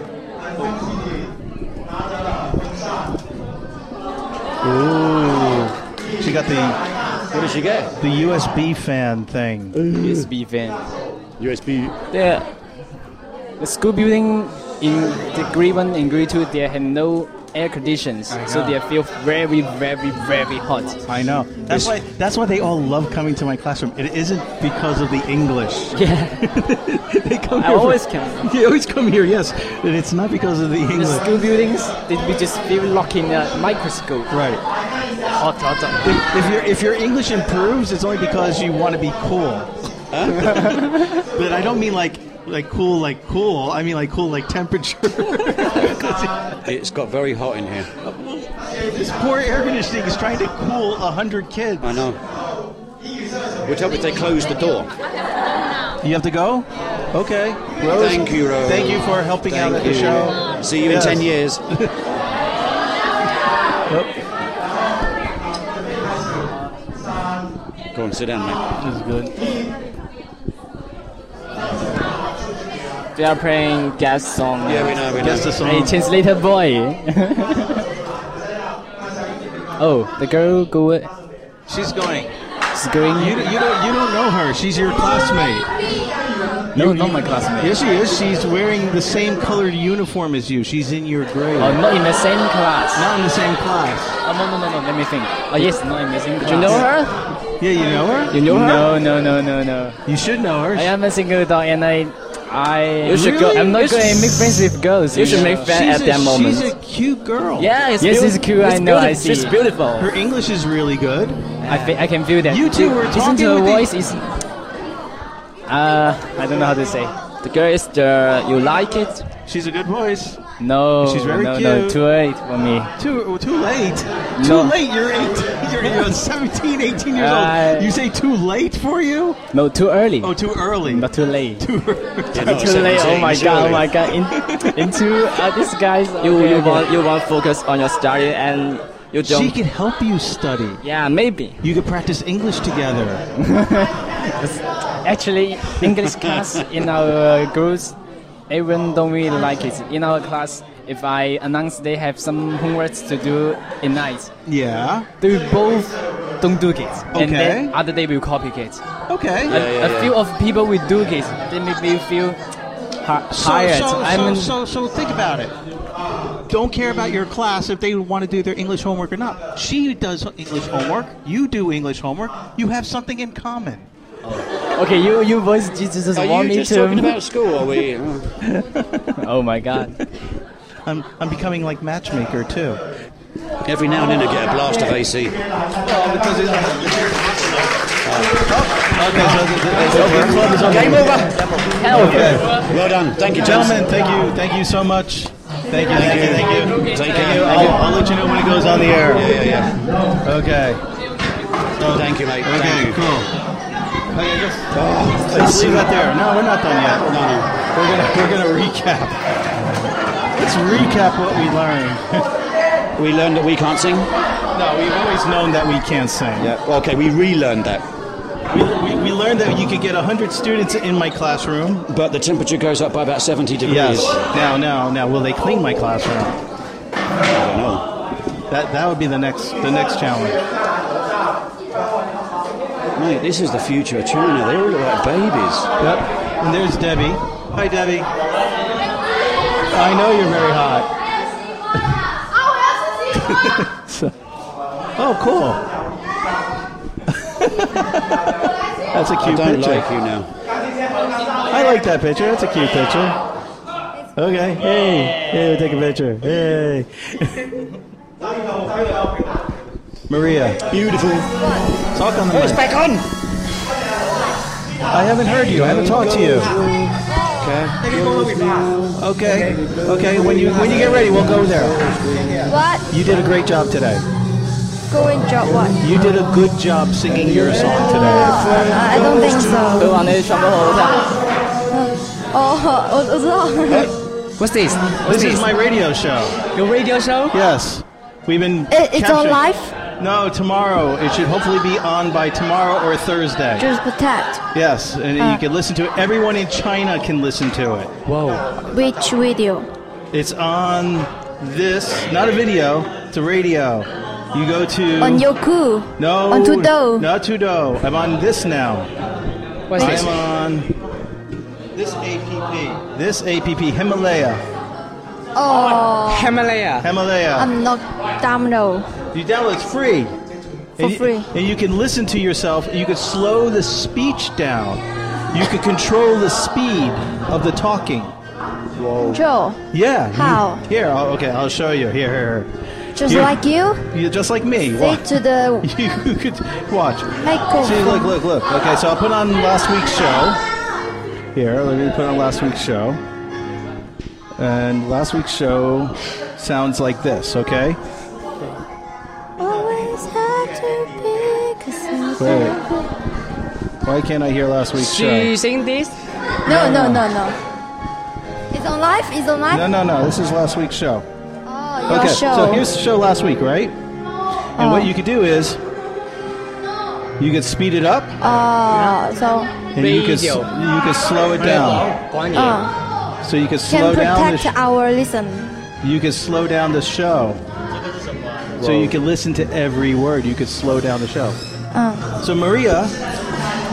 [SPEAKER 2] Ooh. She got the,
[SPEAKER 3] What did she get?
[SPEAKER 2] the USB fan thing.
[SPEAKER 7] USB fan.
[SPEAKER 3] USB.
[SPEAKER 7] The, the school building in the grade one and grade two, they have no air conditions, so they feel very, very, very hot.
[SPEAKER 2] I know. That's why, that's why they all love coming to my classroom. It isn't because of the English. *laughs*
[SPEAKER 7] Yeah,
[SPEAKER 2] They come
[SPEAKER 7] I
[SPEAKER 2] here for-
[SPEAKER 7] always can.
[SPEAKER 2] *laughs* They always come here, yes. And it's not because of the
[SPEAKER 7] The
[SPEAKER 2] English.
[SPEAKER 7] school buildings, they we just feel locked in a microscope.
[SPEAKER 2] Right.
[SPEAKER 7] Hot, hot, hot.
[SPEAKER 2] If, if, your, if your English improves, it's only because you want to be cool. *laughs* but I don't mean like like cool like cool. I mean like cool like temperature. *laughs*
[SPEAKER 3] It's got very hot in here.
[SPEAKER 2] this poor air conditioning is trying to cool a hundred kids.
[SPEAKER 3] I know. Would help if they closed the door.
[SPEAKER 2] You have to go. Okay, Rose.
[SPEAKER 3] Thank you, Rose.
[SPEAKER 2] Thank you for helping out at the show.
[SPEAKER 3] See you
[SPEAKER 2] Yes.
[SPEAKER 3] in 10 years. Go on, sit down, mate.
[SPEAKER 7] This is good. They are playing gas song.
[SPEAKER 3] Yeah, we know, we know.
[SPEAKER 2] Guess the
[SPEAKER 7] Hey,
[SPEAKER 2] song.
[SPEAKER 7] translator boy. *laughs* oh, the girl go
[SPEAKER 2] She's going.
[SPEAKER 7] is going.
[SPEAKER 2] You, you don't you don't know her. She's your classmate.
[SPEAKER 7] No,
[SPEAKER 2] You-
[SPEAKER 7] not
[SPEAKER 2] you-
[SPEAKER 7] my classmate.
[SPEAKER 2] Yes, she is. She's wearing the same colored uniform as you. She's in your grade.
[SPEAKER 7] Oh, not in the same class.
[SPEAKER 2] Not in the same class.
[SPEAKER 7] Oh, no, no, no, no. Let me think. Oh, yes, not in the same class.
[SPEAKER 4] You know her?
[SPEAKER 2] Yeah, you know her.
[SPEAKER 7] You know her? No, no, no, no, no.
[SPEAKER 2] You should know her.
[SPEAKER 7] I am a single dog, and I, I.
[SPEAKER 9] You should go-
[SPEAKER 7] I'm
[SPEAKER 9] you
[SPEAKER 7] not
[SPEAKER 9] should-
[SPEAKER 7] going to make friends with girls.
[SPEAKER 9] You should
[SPEAKER 7] know.
[SPEAKER 9] make friends at
[SPEAKER 2] she's a,
[SPEAKER 9] that moment.
[SPEAKER 2] She's a cute girl.
[SPEAKER 9] yeah, it's
[SPEAKER 7] Yes,
[SPEAKER 9] beauti-
[SPEAKER 7] it's cute, I know, I
[SPEAKER 9] beautiful.
[SPEAKER 7] see.
[SPEAKER 9] She's beautiful.
[SPEAKER 2] Her English is really good.
[SPEAKER 7] I, fe- I can feel that.
[SPEAKER 2] You two were
[SPEAKER 7] Listen
[SPEAKER 2] talking
[SPEAKER 7] to her
[SPEAKER 2] with the-
[SPEAKER 7] voice. Is uh, I don't know how to say.
[SPEAKER 9] The girl is the you like it.
[SPEAKER 2] She's a good voice.
[SPEAKER 7] No,
[SPEAKER 2] She's very
[SPEAKER 7] no,
[SPEAKER 2] cute.
[SPEAKER 7] no, too late for me.
[SPEAKER 2] Too too late. Too
[SPEAKER 7] No.
[SPEAKER 2] late. You're 18. *laughs* You're, you're 17, 18 years
[SPEAKER 7] I-
[SPEAKER 2] old. You say too late for you?
[SPEAKER 7] No, too early.
[SPEAKER 2] Oh, too early.
[SPEAKER 7] Not too late.
[SPEAKER 2] too early.
[SPEAKER 7] Not too late. Oh my god. Oh
[SPEAKER 3] surely.
[SPEAKER 7] my god. In, into uh, this guy's.
[SPEAKER 9] You
[SPEAKER 7] okay,
[SPEAKER 9] you
[SPEAKER 7] okay.
[SPEAKER 9] want you want focus on your study and you don't.
[SPEAKER 2] She can help you study.
[SPEAKER 9] yeah, maybe.
[SPEAKER 2] You could practice English together.
[SPEAKER 7] Actually, English class in our uh, girls, everyone don't really like it. In our class, if I announce they have some homeworks to do in night,
[SPEAKER 2] Yeah.
[SPEAKER 7] they both don't do it. And then
[SPEAKER 2] Okay.
[SPEAKER 7] other day will copy it.
[SPEAKER 2] Okay.
[SPEAKER 7] a, a few of people will do it. They make me feel hi- hired.
[SPEAKER 2] So, so,
[SPEAKER 7] I'm
[SPEAKER 2] so, so, so think about it. Don't care about your class if they want to do their English homework or not. She does English homework. You do English homework. You have something in common.
[SPEAKER 7] okay. You you boys just, just
[SPEAKER 3] Are
[SPEAKER 7] want
[SPEAKER 3] you
[SPEAKER 7] me
[SPEAKER 3] just
[SPEAKER 7] to.
[SPEAKER 3] talking about school? Are we?
[SPEAKER 7] *laughs* oh my god.
[SPEAKER 2] I'm, I'm becoming like matchmaker too.
[SPEAKER 3] Every now and then I get a blast of AC.
[SPEAKER 2] Oh.
[SPEAKER 3] Game over. Well done. Thank you, gentlemen.
[SPEAKER 2] Gentlemen, thank you, thank you so much. Thank you, thank you, thank you.
[SPEAKER 3] Take
[SPEAKER 2] Thank you.
[SPEAKER 3] care.
[SPEAKER 2] I'll, I'll let you know when it goes on the air.
[SPEAKER 3] Yeah, yeah, yeah.
[SPEAKER 2] Okay.
[SPEAKER 3] Oh, Thank you, mate. Thank
[SPEAKER 2] Okay.
[SPEAKER 3] you.
[SPEAKER 2] Cool. Okay, just let's leave that there. No, we're not done yet.
[SPEAKER 3] No, no.
[SPEAKER 2] We're gonna we're gonna recap. Let's recap what we learned.
[SPEAKER 3] We learned that we can't sing.
[SPEAKER 2] No, we've always known that we can't sing.
[SPEAKER 3] Yeah. Okay, we relearned that.
[SPEAKER 2] We, we, we learned that you could get 100 students in my classroom.
[SPEAKER 3] But the temperature goes up by about 70 degrees.
[SPEAKER 2] Now, now, now, will they clean my classroom?
[SPEAKER 3] I don't know.
[SPEAKER 2] That that would be the next the next challenge.
[SPEAKER 3] Mate, this is the future of China. They all look like babies.
[SPEAKER 2] Yep. And there's Debbie. Hi, Debbie. I know you're very hot. So- oh, cool. *laughs* That's a
[SPEAKER 3] I
[SPEAKER 2] cute
[SPEAKER 3] don't
[SPEAKER 2] picture.
[SPEAKER 3] like you now.
[SPEAKER 2] I like that picture. That's a cute picture. Okay. Hey. Hey, we'll take a picture. Hey. Maria. Beautiful. Talk on the mic. back on. I haven't heard you. I haven't talked to you. Okay. Okay. Okay. When you when you get ready, we'll go there.
[SPEAKER 10] What?
[SPEAKER 2] You did a great job today.
[SPEAKER 10] Go and drop what?
[SPEAKER 2] You did a good job singing your song today.
[SPEAKER 10] I don't think so.
[SPEAKER 9] 都往那全部猴子。
[SPEAKER 10] Oh, 我我知道。
[SPEAKER 7] What's this? What's
[SPEAKER 2] This is
[SPEAKER 7] this?
[SPEAKER 2] my radio show.
[SPEAKER 7] Your radio show?
[SPEAKER 2] Yes. We've been.
[SPEAKER 10] It- it's on
[SPEAKER 2] capturing-
[SPEAKER 10] live?
[SPEAKER 2] No, tomorrow. It should hopefully be on by tomorrow or Thursday.
[SPEAKER 10] Just protect.
[SPEAKER 2] Yes, and you
[SPEAKER 10] Uh.
[SPEAKER 2] can listen to it. Everyone in China can listen to it.
[SPEAKER 10] Which video?
[SPEAKER 2] It's on this, not a video, it's a radio. You go to.
[SPEAKER 10] On Yoku.
[SPEAKER 2] no.
[SPEAKER 10] on Tudou.
[SPEAKER 2] Not Tudo. I'm on this now.
[SPEAKER 7] What's
[SPEAKER 2] I'm
[SPEAKER 7] this?
[SPEAKER 2] on this app. This app, Himalaya.
[SPEAKER 10] Oh,
[SPEAKER 7] Himalaya.
[SPEAKER 2] Himalaya.
[SPEAKER 10] I'm not download.
[SPEAKER 2] You download it's free.
[SPEAKER 10] For
[SPEAKER 2] and you,
[SPEAKER 10] free.
[SPEAKER 2] And you can listen to yourself. You can slow the speech down. You can control the speed of the talking.
[SPEAKER 10] Joe,
[SPEAKER 2] Yeah. you-
[SPEAKER 10] How?
[SPEAKER 2] here, I'll, okay, I'll show you. Here,
[SPEAKER 10] just
[SPEAKER 2] You-
[SPEAKER 10] like you,
[SPEAKER 2] here. You're just like me.
[SPEAKER 10] say
[SPEAKER 2] Watch. *laughs*
[SPEAKER 10] to the
[SPEAKER 2] You could watch. See, look,
[SPEAKER 10] microphone.
[SPEAKER 2] look, look. Okay, so I'll put on last week's show. Here, let me put on last week's show. And last week's show sounds like this, okay?
[SPEAKER 10] Always had to pick a
[SPEAKER 2] Wait.
[SPEAKER 10] side.
[SPEAKER 2] Why can't I hear last week's show?
[SPEAKER 7] She sing this?
[SPEAKER 10] No, no, no, no. It's on live. It's on live.
[SPEAKER 2] No, no, no. This is last week's show.
[SPEAKER 10] Oh, your
[SPEAKER 2] Okay,
[SPEAKER 10] show. Oh.
[SPEAKER 2] so here's the show last week, right? And what you could do is you could speed it up
[SPEAKER 10] oh, so
[SPEAKER 2] and you could s-
[SPEAKER 7] Radio.
[SPEAKER 2] you could slow it down.
[SPEAKER 10] uh,
[SPEAKER 2] So you could
[SPEAKER 10] can
[SPEAKER 2] slow down the
[SPEAKER 10] protect
[SPEAKER 2] sh-
[SPEAKER 10] our listen.
[SPEAKER 2] you could slow down the show.
[SPEAKER 11] Oh.
[SPEAKER 2] So you could listen to every word. You could slow down the show. So Maria,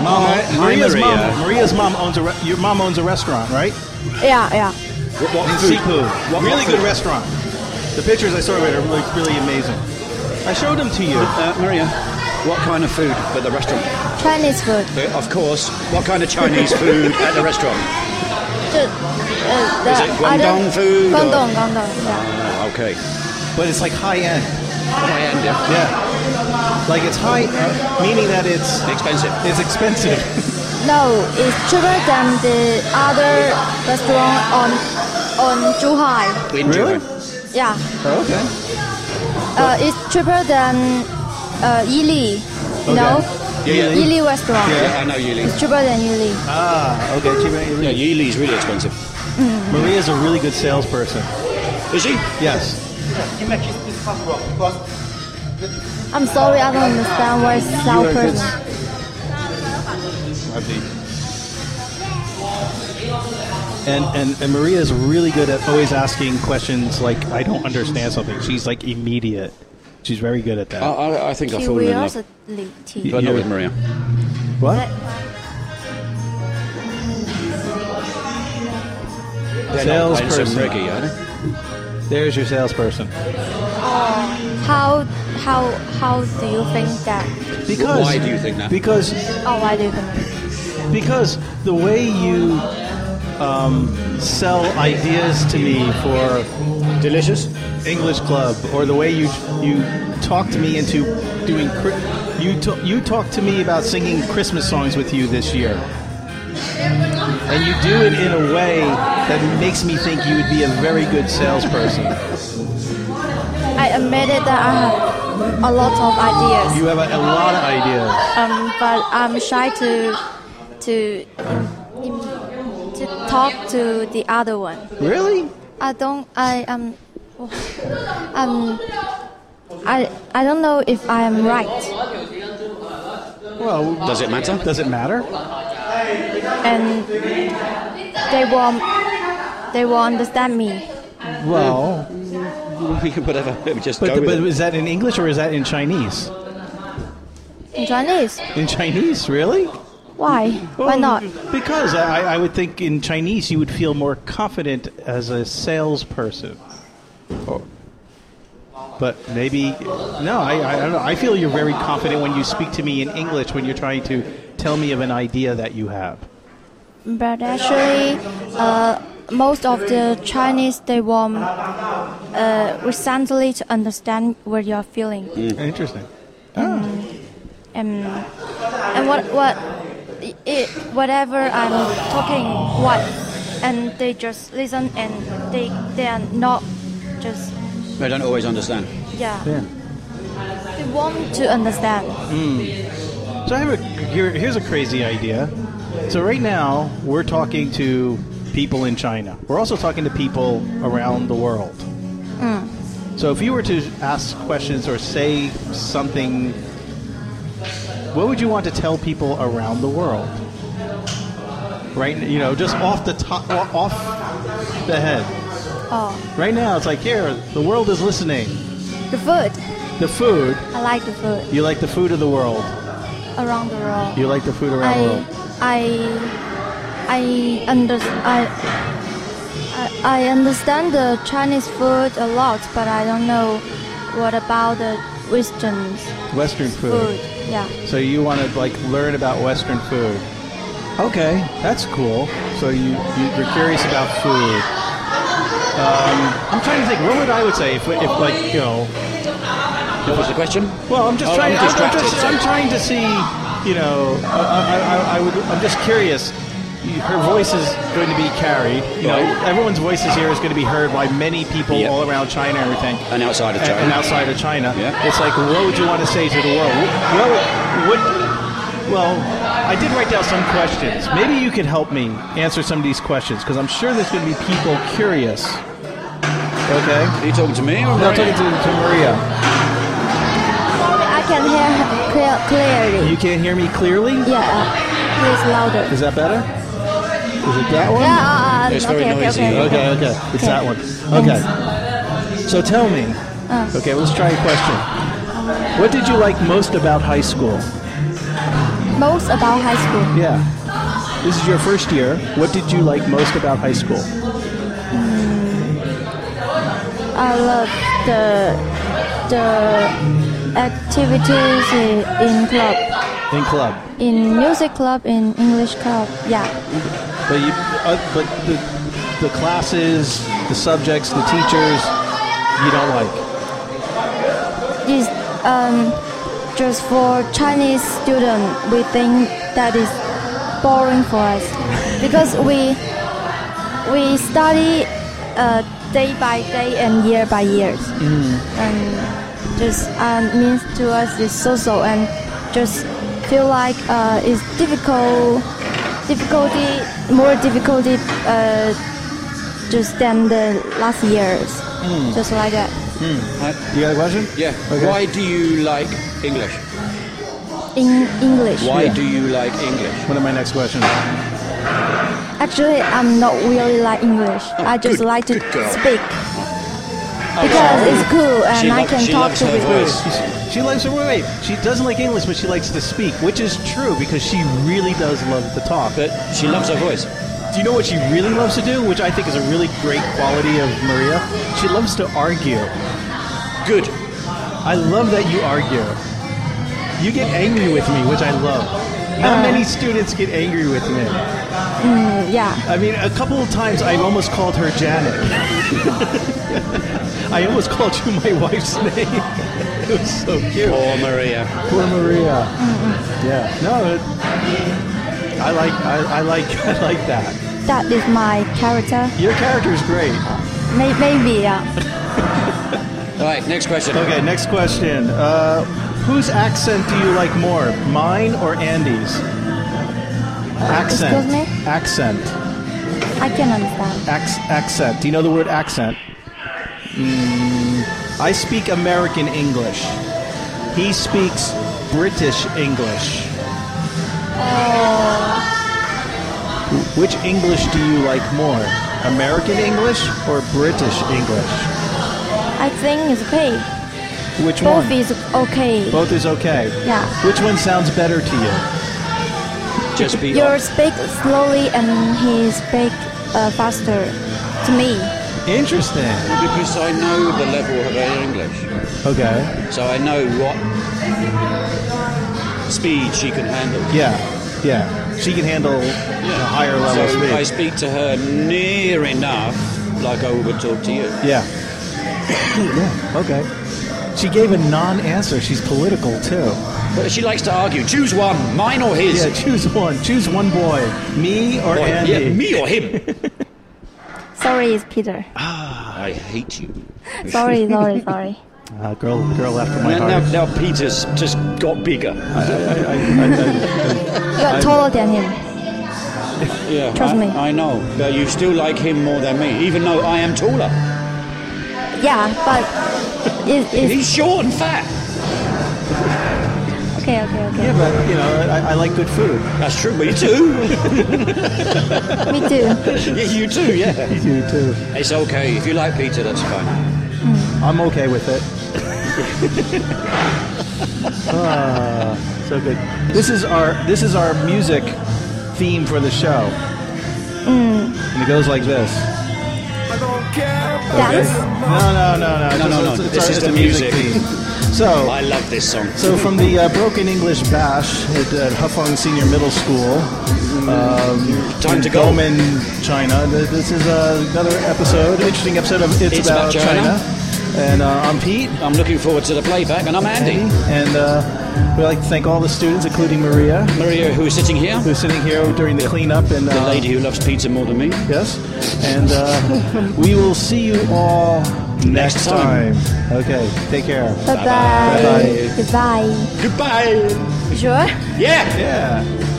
[SPEAKER 2] Mom,
[SPEAKER 3] Hi,
[SPEAKER 2] Maria's
[SPEAKER 3] Maria.
[SPEAKER 2] mom. Maria's mom owns a. Re- your mom owns a restaurant, right?
[SPEAKER 11] Yeah, yeah.
[SPEAKER 2] What, really good restaurant. The pictures I saw of it are really, really amazing. I showed them to you,
[SPEAKER 3] uh, Maria. What kind of food at the restaurant?
[SPEAKER 10] Chinese food.
[SPEAKER 3] Uh, Of course. What kind of Chinese food at the restaurant?
[SPEAKER 10] Just, uh, the
[SPEAKER 3] Is it Guangdong
[SPEAKER 10] other-
[SPEAKER 3] food or-
[SPEAKER 10] Guangdong, Guangdong, yeah.
[SPEAKER 3] Oh, okay.
[SPEAKER 2] But it's like high end.
[SPEAKER 3] High end, yeah.
[SPEAKER 2] Like it's high, uh, meaning that it's
[SPEAKER 3] expensive.
[SPEAKER 2] It's expensive.
[SPEAKER 10] No, it's cheaper than the other restaurant on on Zhuhai.
[SPEAKER 3] In
[SPEAKER 2] really?
[SPEAKER 10] Yeah,
[SPEAKER 2] Oh, okay.
[SPEAKER 10] uh, it's cheaper than uh, Yili. You
[SPEAKER 2] Okay.
[SPEAKER 10] know,
[SPEAKER 3] Yeah, yeah.
[SPEAKER 10] Yili restaurant.
[SPEAKER 3] Yeah, I know Yili.
[SPEAKER 10] It's cheaper than Yili.
[SPEAKER 2] Ah, okay.
[SPEAKER 3] Yeah, Yuli's really expensive.
[SPEAKER 2] Maria's a really good salesperson.
[SPEAKER 3] Is she?
[SPEAKER 2] Yes.
[SPEAKER 8] You make it this fast rock because
[SPEAKER 10] I'm sorry, I don't understand what is South
[SPEAKER 2] are good.
[SPEAKER 10] person.
[SPEAKER 2] And, and and Maria's really good at always asking questions like I don't understand something. She's like immediate. She's very good at that.
[SPEAKER 3] I, I, I think I've fallen in love.
[SPEAKER 10] Curiosity.
[SPEAKER 3] But not
[SPEAKER 2] Yeah.
[SPEAKER 3] with Maria.
[SPEAKER 2] What?
[SPEAKER 3] Some
[SPEAKER 2] Salesperson.
[SPEAKER 3] reggae, aren't they?
[SPEAKER 2] There's your salesperson.
[SPEAKER 10] How how how do you think that?
[SPEAKER 2] Because
[SPEAKER 3] Why do you think that?
[SPEAKER 2] Because
[SPEAKER 10] Oh, why do you think that?
[SPEAKER 2] because the way you um, sell ideas to me for delicious English club, or the way you you talk to me into doing cri- you ta- you talk to me about singing Christmas songs with you this year, and you do it in a way that makes me think you would be a very good salesperson.
[SPEAKER 10] I admitted that I have a lot of ideas.
[SPEAKER 2] You have a, a lot of ideas.
[SPEAKER 10] um, but I'm shy to to to talk to the other one.
[SPEAKER 2] Really?
[SPEAKER 10] I don't. I am. *laughs* Um, I I don't know if I am right,
[SPEAKER 2] Well,
[SPEAKER 3] Does it matter? *laughs*
[SPEAKER 2] Does it matter?
[SPEAKER 10] and they won't they won't understand me.
[SPEAKER 2] Well,
[SPEAKER 3] We can whatever. We just
[SPEAKER 2] but,
[SPEAKER 3] go with
[SPEAKER 2] but
[SPEAKER 3] it.
[SPEAKER 2] is that in English or is that in Chinese?
[SPEAKER 10] In Chinese,
[SPEAKER 2] In Chinese, really?
[SPEAKER 10] why? Why not?
[SPEAKER 2] Because I, I would think in Chinese you would feel more confident as a salesperson. Or- But maybe no, I, I don't know. I feel you're very confident when you speak to me in English when you're trying to tell me of an idea that you have.
[SPEAKER 10] But actually, uh, most of the Chinese they want uh, recently to understand what you're feeling.
[SPEAKER 2] Interesting.
[SPEAKER 10] and and what what it, whatever I'm talking what and they just listen and they they are not just
[SPEAKER 3] I don't always understand.
[SPEAKER 10] yeah, they want to understand
[SPEAKER 2] So I have a here, here's a crazy idea. So right now we're talking to people in China. We're also talking to people around the world.
[SPEAKER 10] Mm.
[SPEAKER 2] So if you were to ask questions or say something, what would you want to tell people around the world? Right, you know, just off the top, off the head.
[SPEAKER 10] oh
[SPEAKER 2] Right now, it's like here, the world is listening.
[SPEAKER 10] the food
[SPEAKER 2] The food,
[SPEAKER 10] I like the food
[SPEAKER 2] you like the food of the world.
[SPEAKER 10] around the world
[SPEAKER 2] You like the food around
[SPEAKER 10] I
[SPEAKER 2] the world.
[SPEAKER 10] I I under I. I- I understand the Chinese food a lot, but I don't know what about the Western
[SPEAKER 2] Western
[SPEAKER 10] food. Yeah.
[SPEAKER 2] So you want to like learn about Western food? Okay, that's cool. So you, you you're curious about food. Um, I'm trying to think. What would I would say if, if like you know?
[SPEAKER 3] What was the question?
[SPEAKER 2] Well, I'm just
[SPEAKER 3] Oh,
[SPEAKER 2] trying.
[SPEAKER 3] I'm
[SPEAKER 2] I'm, I'm
[SPEAKER 3] distracted.
[SPEAKER 2] just, I'm trying to see. You know, I, I, I, I would. I'm just curious. Her voice is going to be carried. You know,
[SPEAKER 3] Right.
[SPEAKER 2] everyone's voices here is going to be heard by many people
[SPEAKER 3] Yeah.
[SPEAKER 2] all around China and everything
[SPEAKER 3] And outside of China.
[SPEAKER 2] and outside of China.
[SPEAKER 3] Yeah.
[SPEAKER 2] It's like, what would you want to say to the world? What, what, well, I did write down some questions. Maybe you could help me answer some of these questions because I'm sure there's going to be people curious. Okay.
[SPEAKER 3] Are you talking to me or
[SPEAKER 2] Now
[SPEAKER 3] Maria?
[SPEAKER 2] talking to, to Maria.
[SPEAKER 10] Sorry, I can hear clear, clearly.
[SPEAKER 2] You can't hear me clearly.
[SPEAKER 10] Yeah, uh, please louder.
[SPEAKER 2] Is that better? Is it that one?
[SPEAKER 10] Yeah, uh, uh,
[SPEAKER 3] It's very
[SPEAKER 10] okay, okay,
[SPEAKER 3] noisy.
[SPEAKER 10] okay,
[SPEAKER 2] Okay. Okay. It's that one. Okay. So tell me. Okay. Let's try a question. What did you like most about high school?
[SPEAKER 10] most about high school.
[SPEAKER 6] Yeah. This is your first year. What did you like most about high school?
[SPEAKER 10] I love the the activities i- in club,
[SPEAKER 6] In club.
[SPEAKER 10] in music club, in English club. Yeah,
[SPEAKER 6] But you, uh, but the, the classes, the subjects, the teachers, you don't like.
[SPEAKER 10] is um just for Chinese student. We think that is boring for
[SPEAKER 3] *laughs*
[SPEAKER 10] us because we we study uh, day by day and year by years.
[SPEAKER 3] Mm.
[SPEAKER 10] and just um, means to us is social and just feel like uh, it's difficult difficulty more difficulty uh, just than the last years
[SPEAKER 3] Mm.
[SPEAKER 10] just like that
[SPEAKER 6] You got a question?
[SPEAKER 3] Yeah. Why do you like English?
[SPEAKER 10] in english
[SPEAKER 3] Why do you like English?
[SPEAKER 6] One of my next questions.
[SPEAKER 10] actually i'm not really like english i just like to
[SPEAKER 6] girl.
[SPEAKER 10] speak because it's cool and i can talk to people
[SPEAKER 2] *laughs* She, she likes her wait, wait. She doesn't like English, but she likes to speak, which is true because she really does love to talk. But
[SPEAKER 3] she loves her voice.
[SPEAKER 2] Do you know what she really loves to do, which I think is a really great quality of Maria? She loves to argue.
[SPEAKER 3] Good.
[SPEAKER 2] I love that you argue. You get angry with me, which I love. How many students get angry with me?
[SPEAKER 10] Mm, yeah
[SPEAKER 2] I mean, a couple of times I almost called her Janet. *laughs* I almost called you my wife's name. *laughs* it was so cute.
[SPEAKER 3] Poor Maria.
[SPEAKER 6] Poor Maria.
[SPEAKER 10] Mm-hmm.
[SPEAKER 6] Yeah. No. It,
[SPEAKER 2] I like. I, I like. *laughs* I like that.
[SPEAKER 10] that is my character
[SPEAKER 2] Your character's great.
[SPEAKER 10] May- maybe yeah
[SPEAKER 3] All right, next question.
[SPEAKER 2] Okay, next question. Uh, whose accent do you like more, mine or Andy's? Accent.
[SPEAKER 10] excuse me?
[SPEAKER 2] Accent.
[SPEAKER 10] i can understand
[SPEAKER 2] Ac- accent. Do you know the word accent? Mm, I speak American English. He speaks British English.
[SPEAKER 10] oh
[SPEAKER 2] Which English do you like more, American English or British English?
[SPEAKER 10] i think it's okay
[SPEAKER 2] Which
[SPEAKER 10] both
[SPEAKER 2] one?
[SPEAKER 10] is okay
[SPEAKER 2] Both is okay.
[SPEAKER 10] Yeah.
[SPEAKER 2] Which one sounds better to you?
[SPEAKER 3] Just be.
[SPEAKER 10] You speak slowly and he speak uh, faster to me.
[SPEAKER 2] Interesting.
[SPEAKER 3] Because I know the level of her English.
[SPEAKER 2] Okay.
[SPEAKER 3] So I know what speed she can handle.
[SPEAKER 2] Yeah, yeah. She can handle a higher level of
[SPEAKER 3] so
[SPEAKER 2] speed.
[SPEAKER 3] I speak to her near enough, like I would talk to you.
[SPEAKER 2] yeah. *coughs* yeah. Okay. She gave a non-answer. She's political too.
[SPEAKER 3] But she likes to argue. Choose one, mine or his.
[SPEAKER 2] Yeah. *laughs* Choose one. Choose one boy. Me or
[SPEAKER 3] Boy,
[SPEAKER 2] Andy.
[SPEAKER 3] yeah, me or him. *laughs* Ah,
[SPEAKER 10] Sorry, it's Peter.
[SPEAKER 3] I hate you.
[SPEAKER 10] Sorry, sorry, sorry.
[SPEAKER 2] Uh, girl, girl after my
[SPEAKER 3] Now,
[SPEAKER 2] heart.
[SPEAKER 3] now, now Peter's just got bigger.
[SPEAKER 10] You are taller than him.
[SPEAKER 3] yeah,
[SPEAKER 10] Trust
[SPEAKER 3] I,
[SPEAKER 10] me.
[SPEAKER 3] I know. But you still like him more than me, even though I am taller.
[SPEAKER 10] Yeah, but it, it's
[SPEAKER 3] He's short and fat.
[SPEAKER 10] okay, okay, okay.
[SPEAKER 2] Yeah, but you know, I, I like good food.
[SPEAKER 3] That's true. Me too.
[SPEAKER 10] Me too.
[SPEAKER 3] yeah, you too. Yeah.
[SPEAKER 2] You too.
[SPEAKER 3] It's okay if you like Peter. That's fine.
[SPEAKER 2] I'm okay with *laughs* it. Ah, so good. This is our this is our music theme for the show, and it goes like this.
[SPEAKER 10] Dance.
[SPEAKER 2] No, no, no, no,
[SPEAKER 3] No, no, no.
[SPEAKER 2] It's, it's
[SPEAKER 3] This
[SPEAKER 2] our-
[SPEAKER 3] is
[SPEAKER 2] it's a
[SPEAKER 3] the music.
[SPEAKER 2] theme. So,
[SPEAKER 3] I love this song.
[SPEAKER 2] so from the uh, Broken English Bash at, at Huffong Senior Middle School, um,
[SPEAKER 3] Time
[SPEAKER 2] in
[SPEAKER 3] to go.
[SPEAKER 2] Gomen, China. th- This is uh, another episode, interesting episode of It's,
[SPEAKER 3] It's About China.
[SPEAKER 2] And uh, I'm Pete.
[SPEAKER 3] I'm looking forward to the playback, and I'm Andy.
[SPEAKER 2] And uh, we'd like to thank all the students, including Maria,
[SPEAKER 3] Maria, who is sitting here,
[SPEAKER 2] who's sitting here during the cleanup. And
[SPEAKER 3] the
[SPEAKER 2] uh,
[SPEAKER 3] lady who loves Peter more than me.
[SPEAKER 2] Yes. And uh, we will see you all next,
[SPEAKER 3] Next time.
[SPEAKER 2] time. Okay. Take care.
[SPEAKER 10] Bye bye. Goodbye.
[SPEAKER 3] Goodbye.
[SPEAKER 10] Sure.
[SPEAKER 3] Yeah.
[SPEAKER 2] Yeah.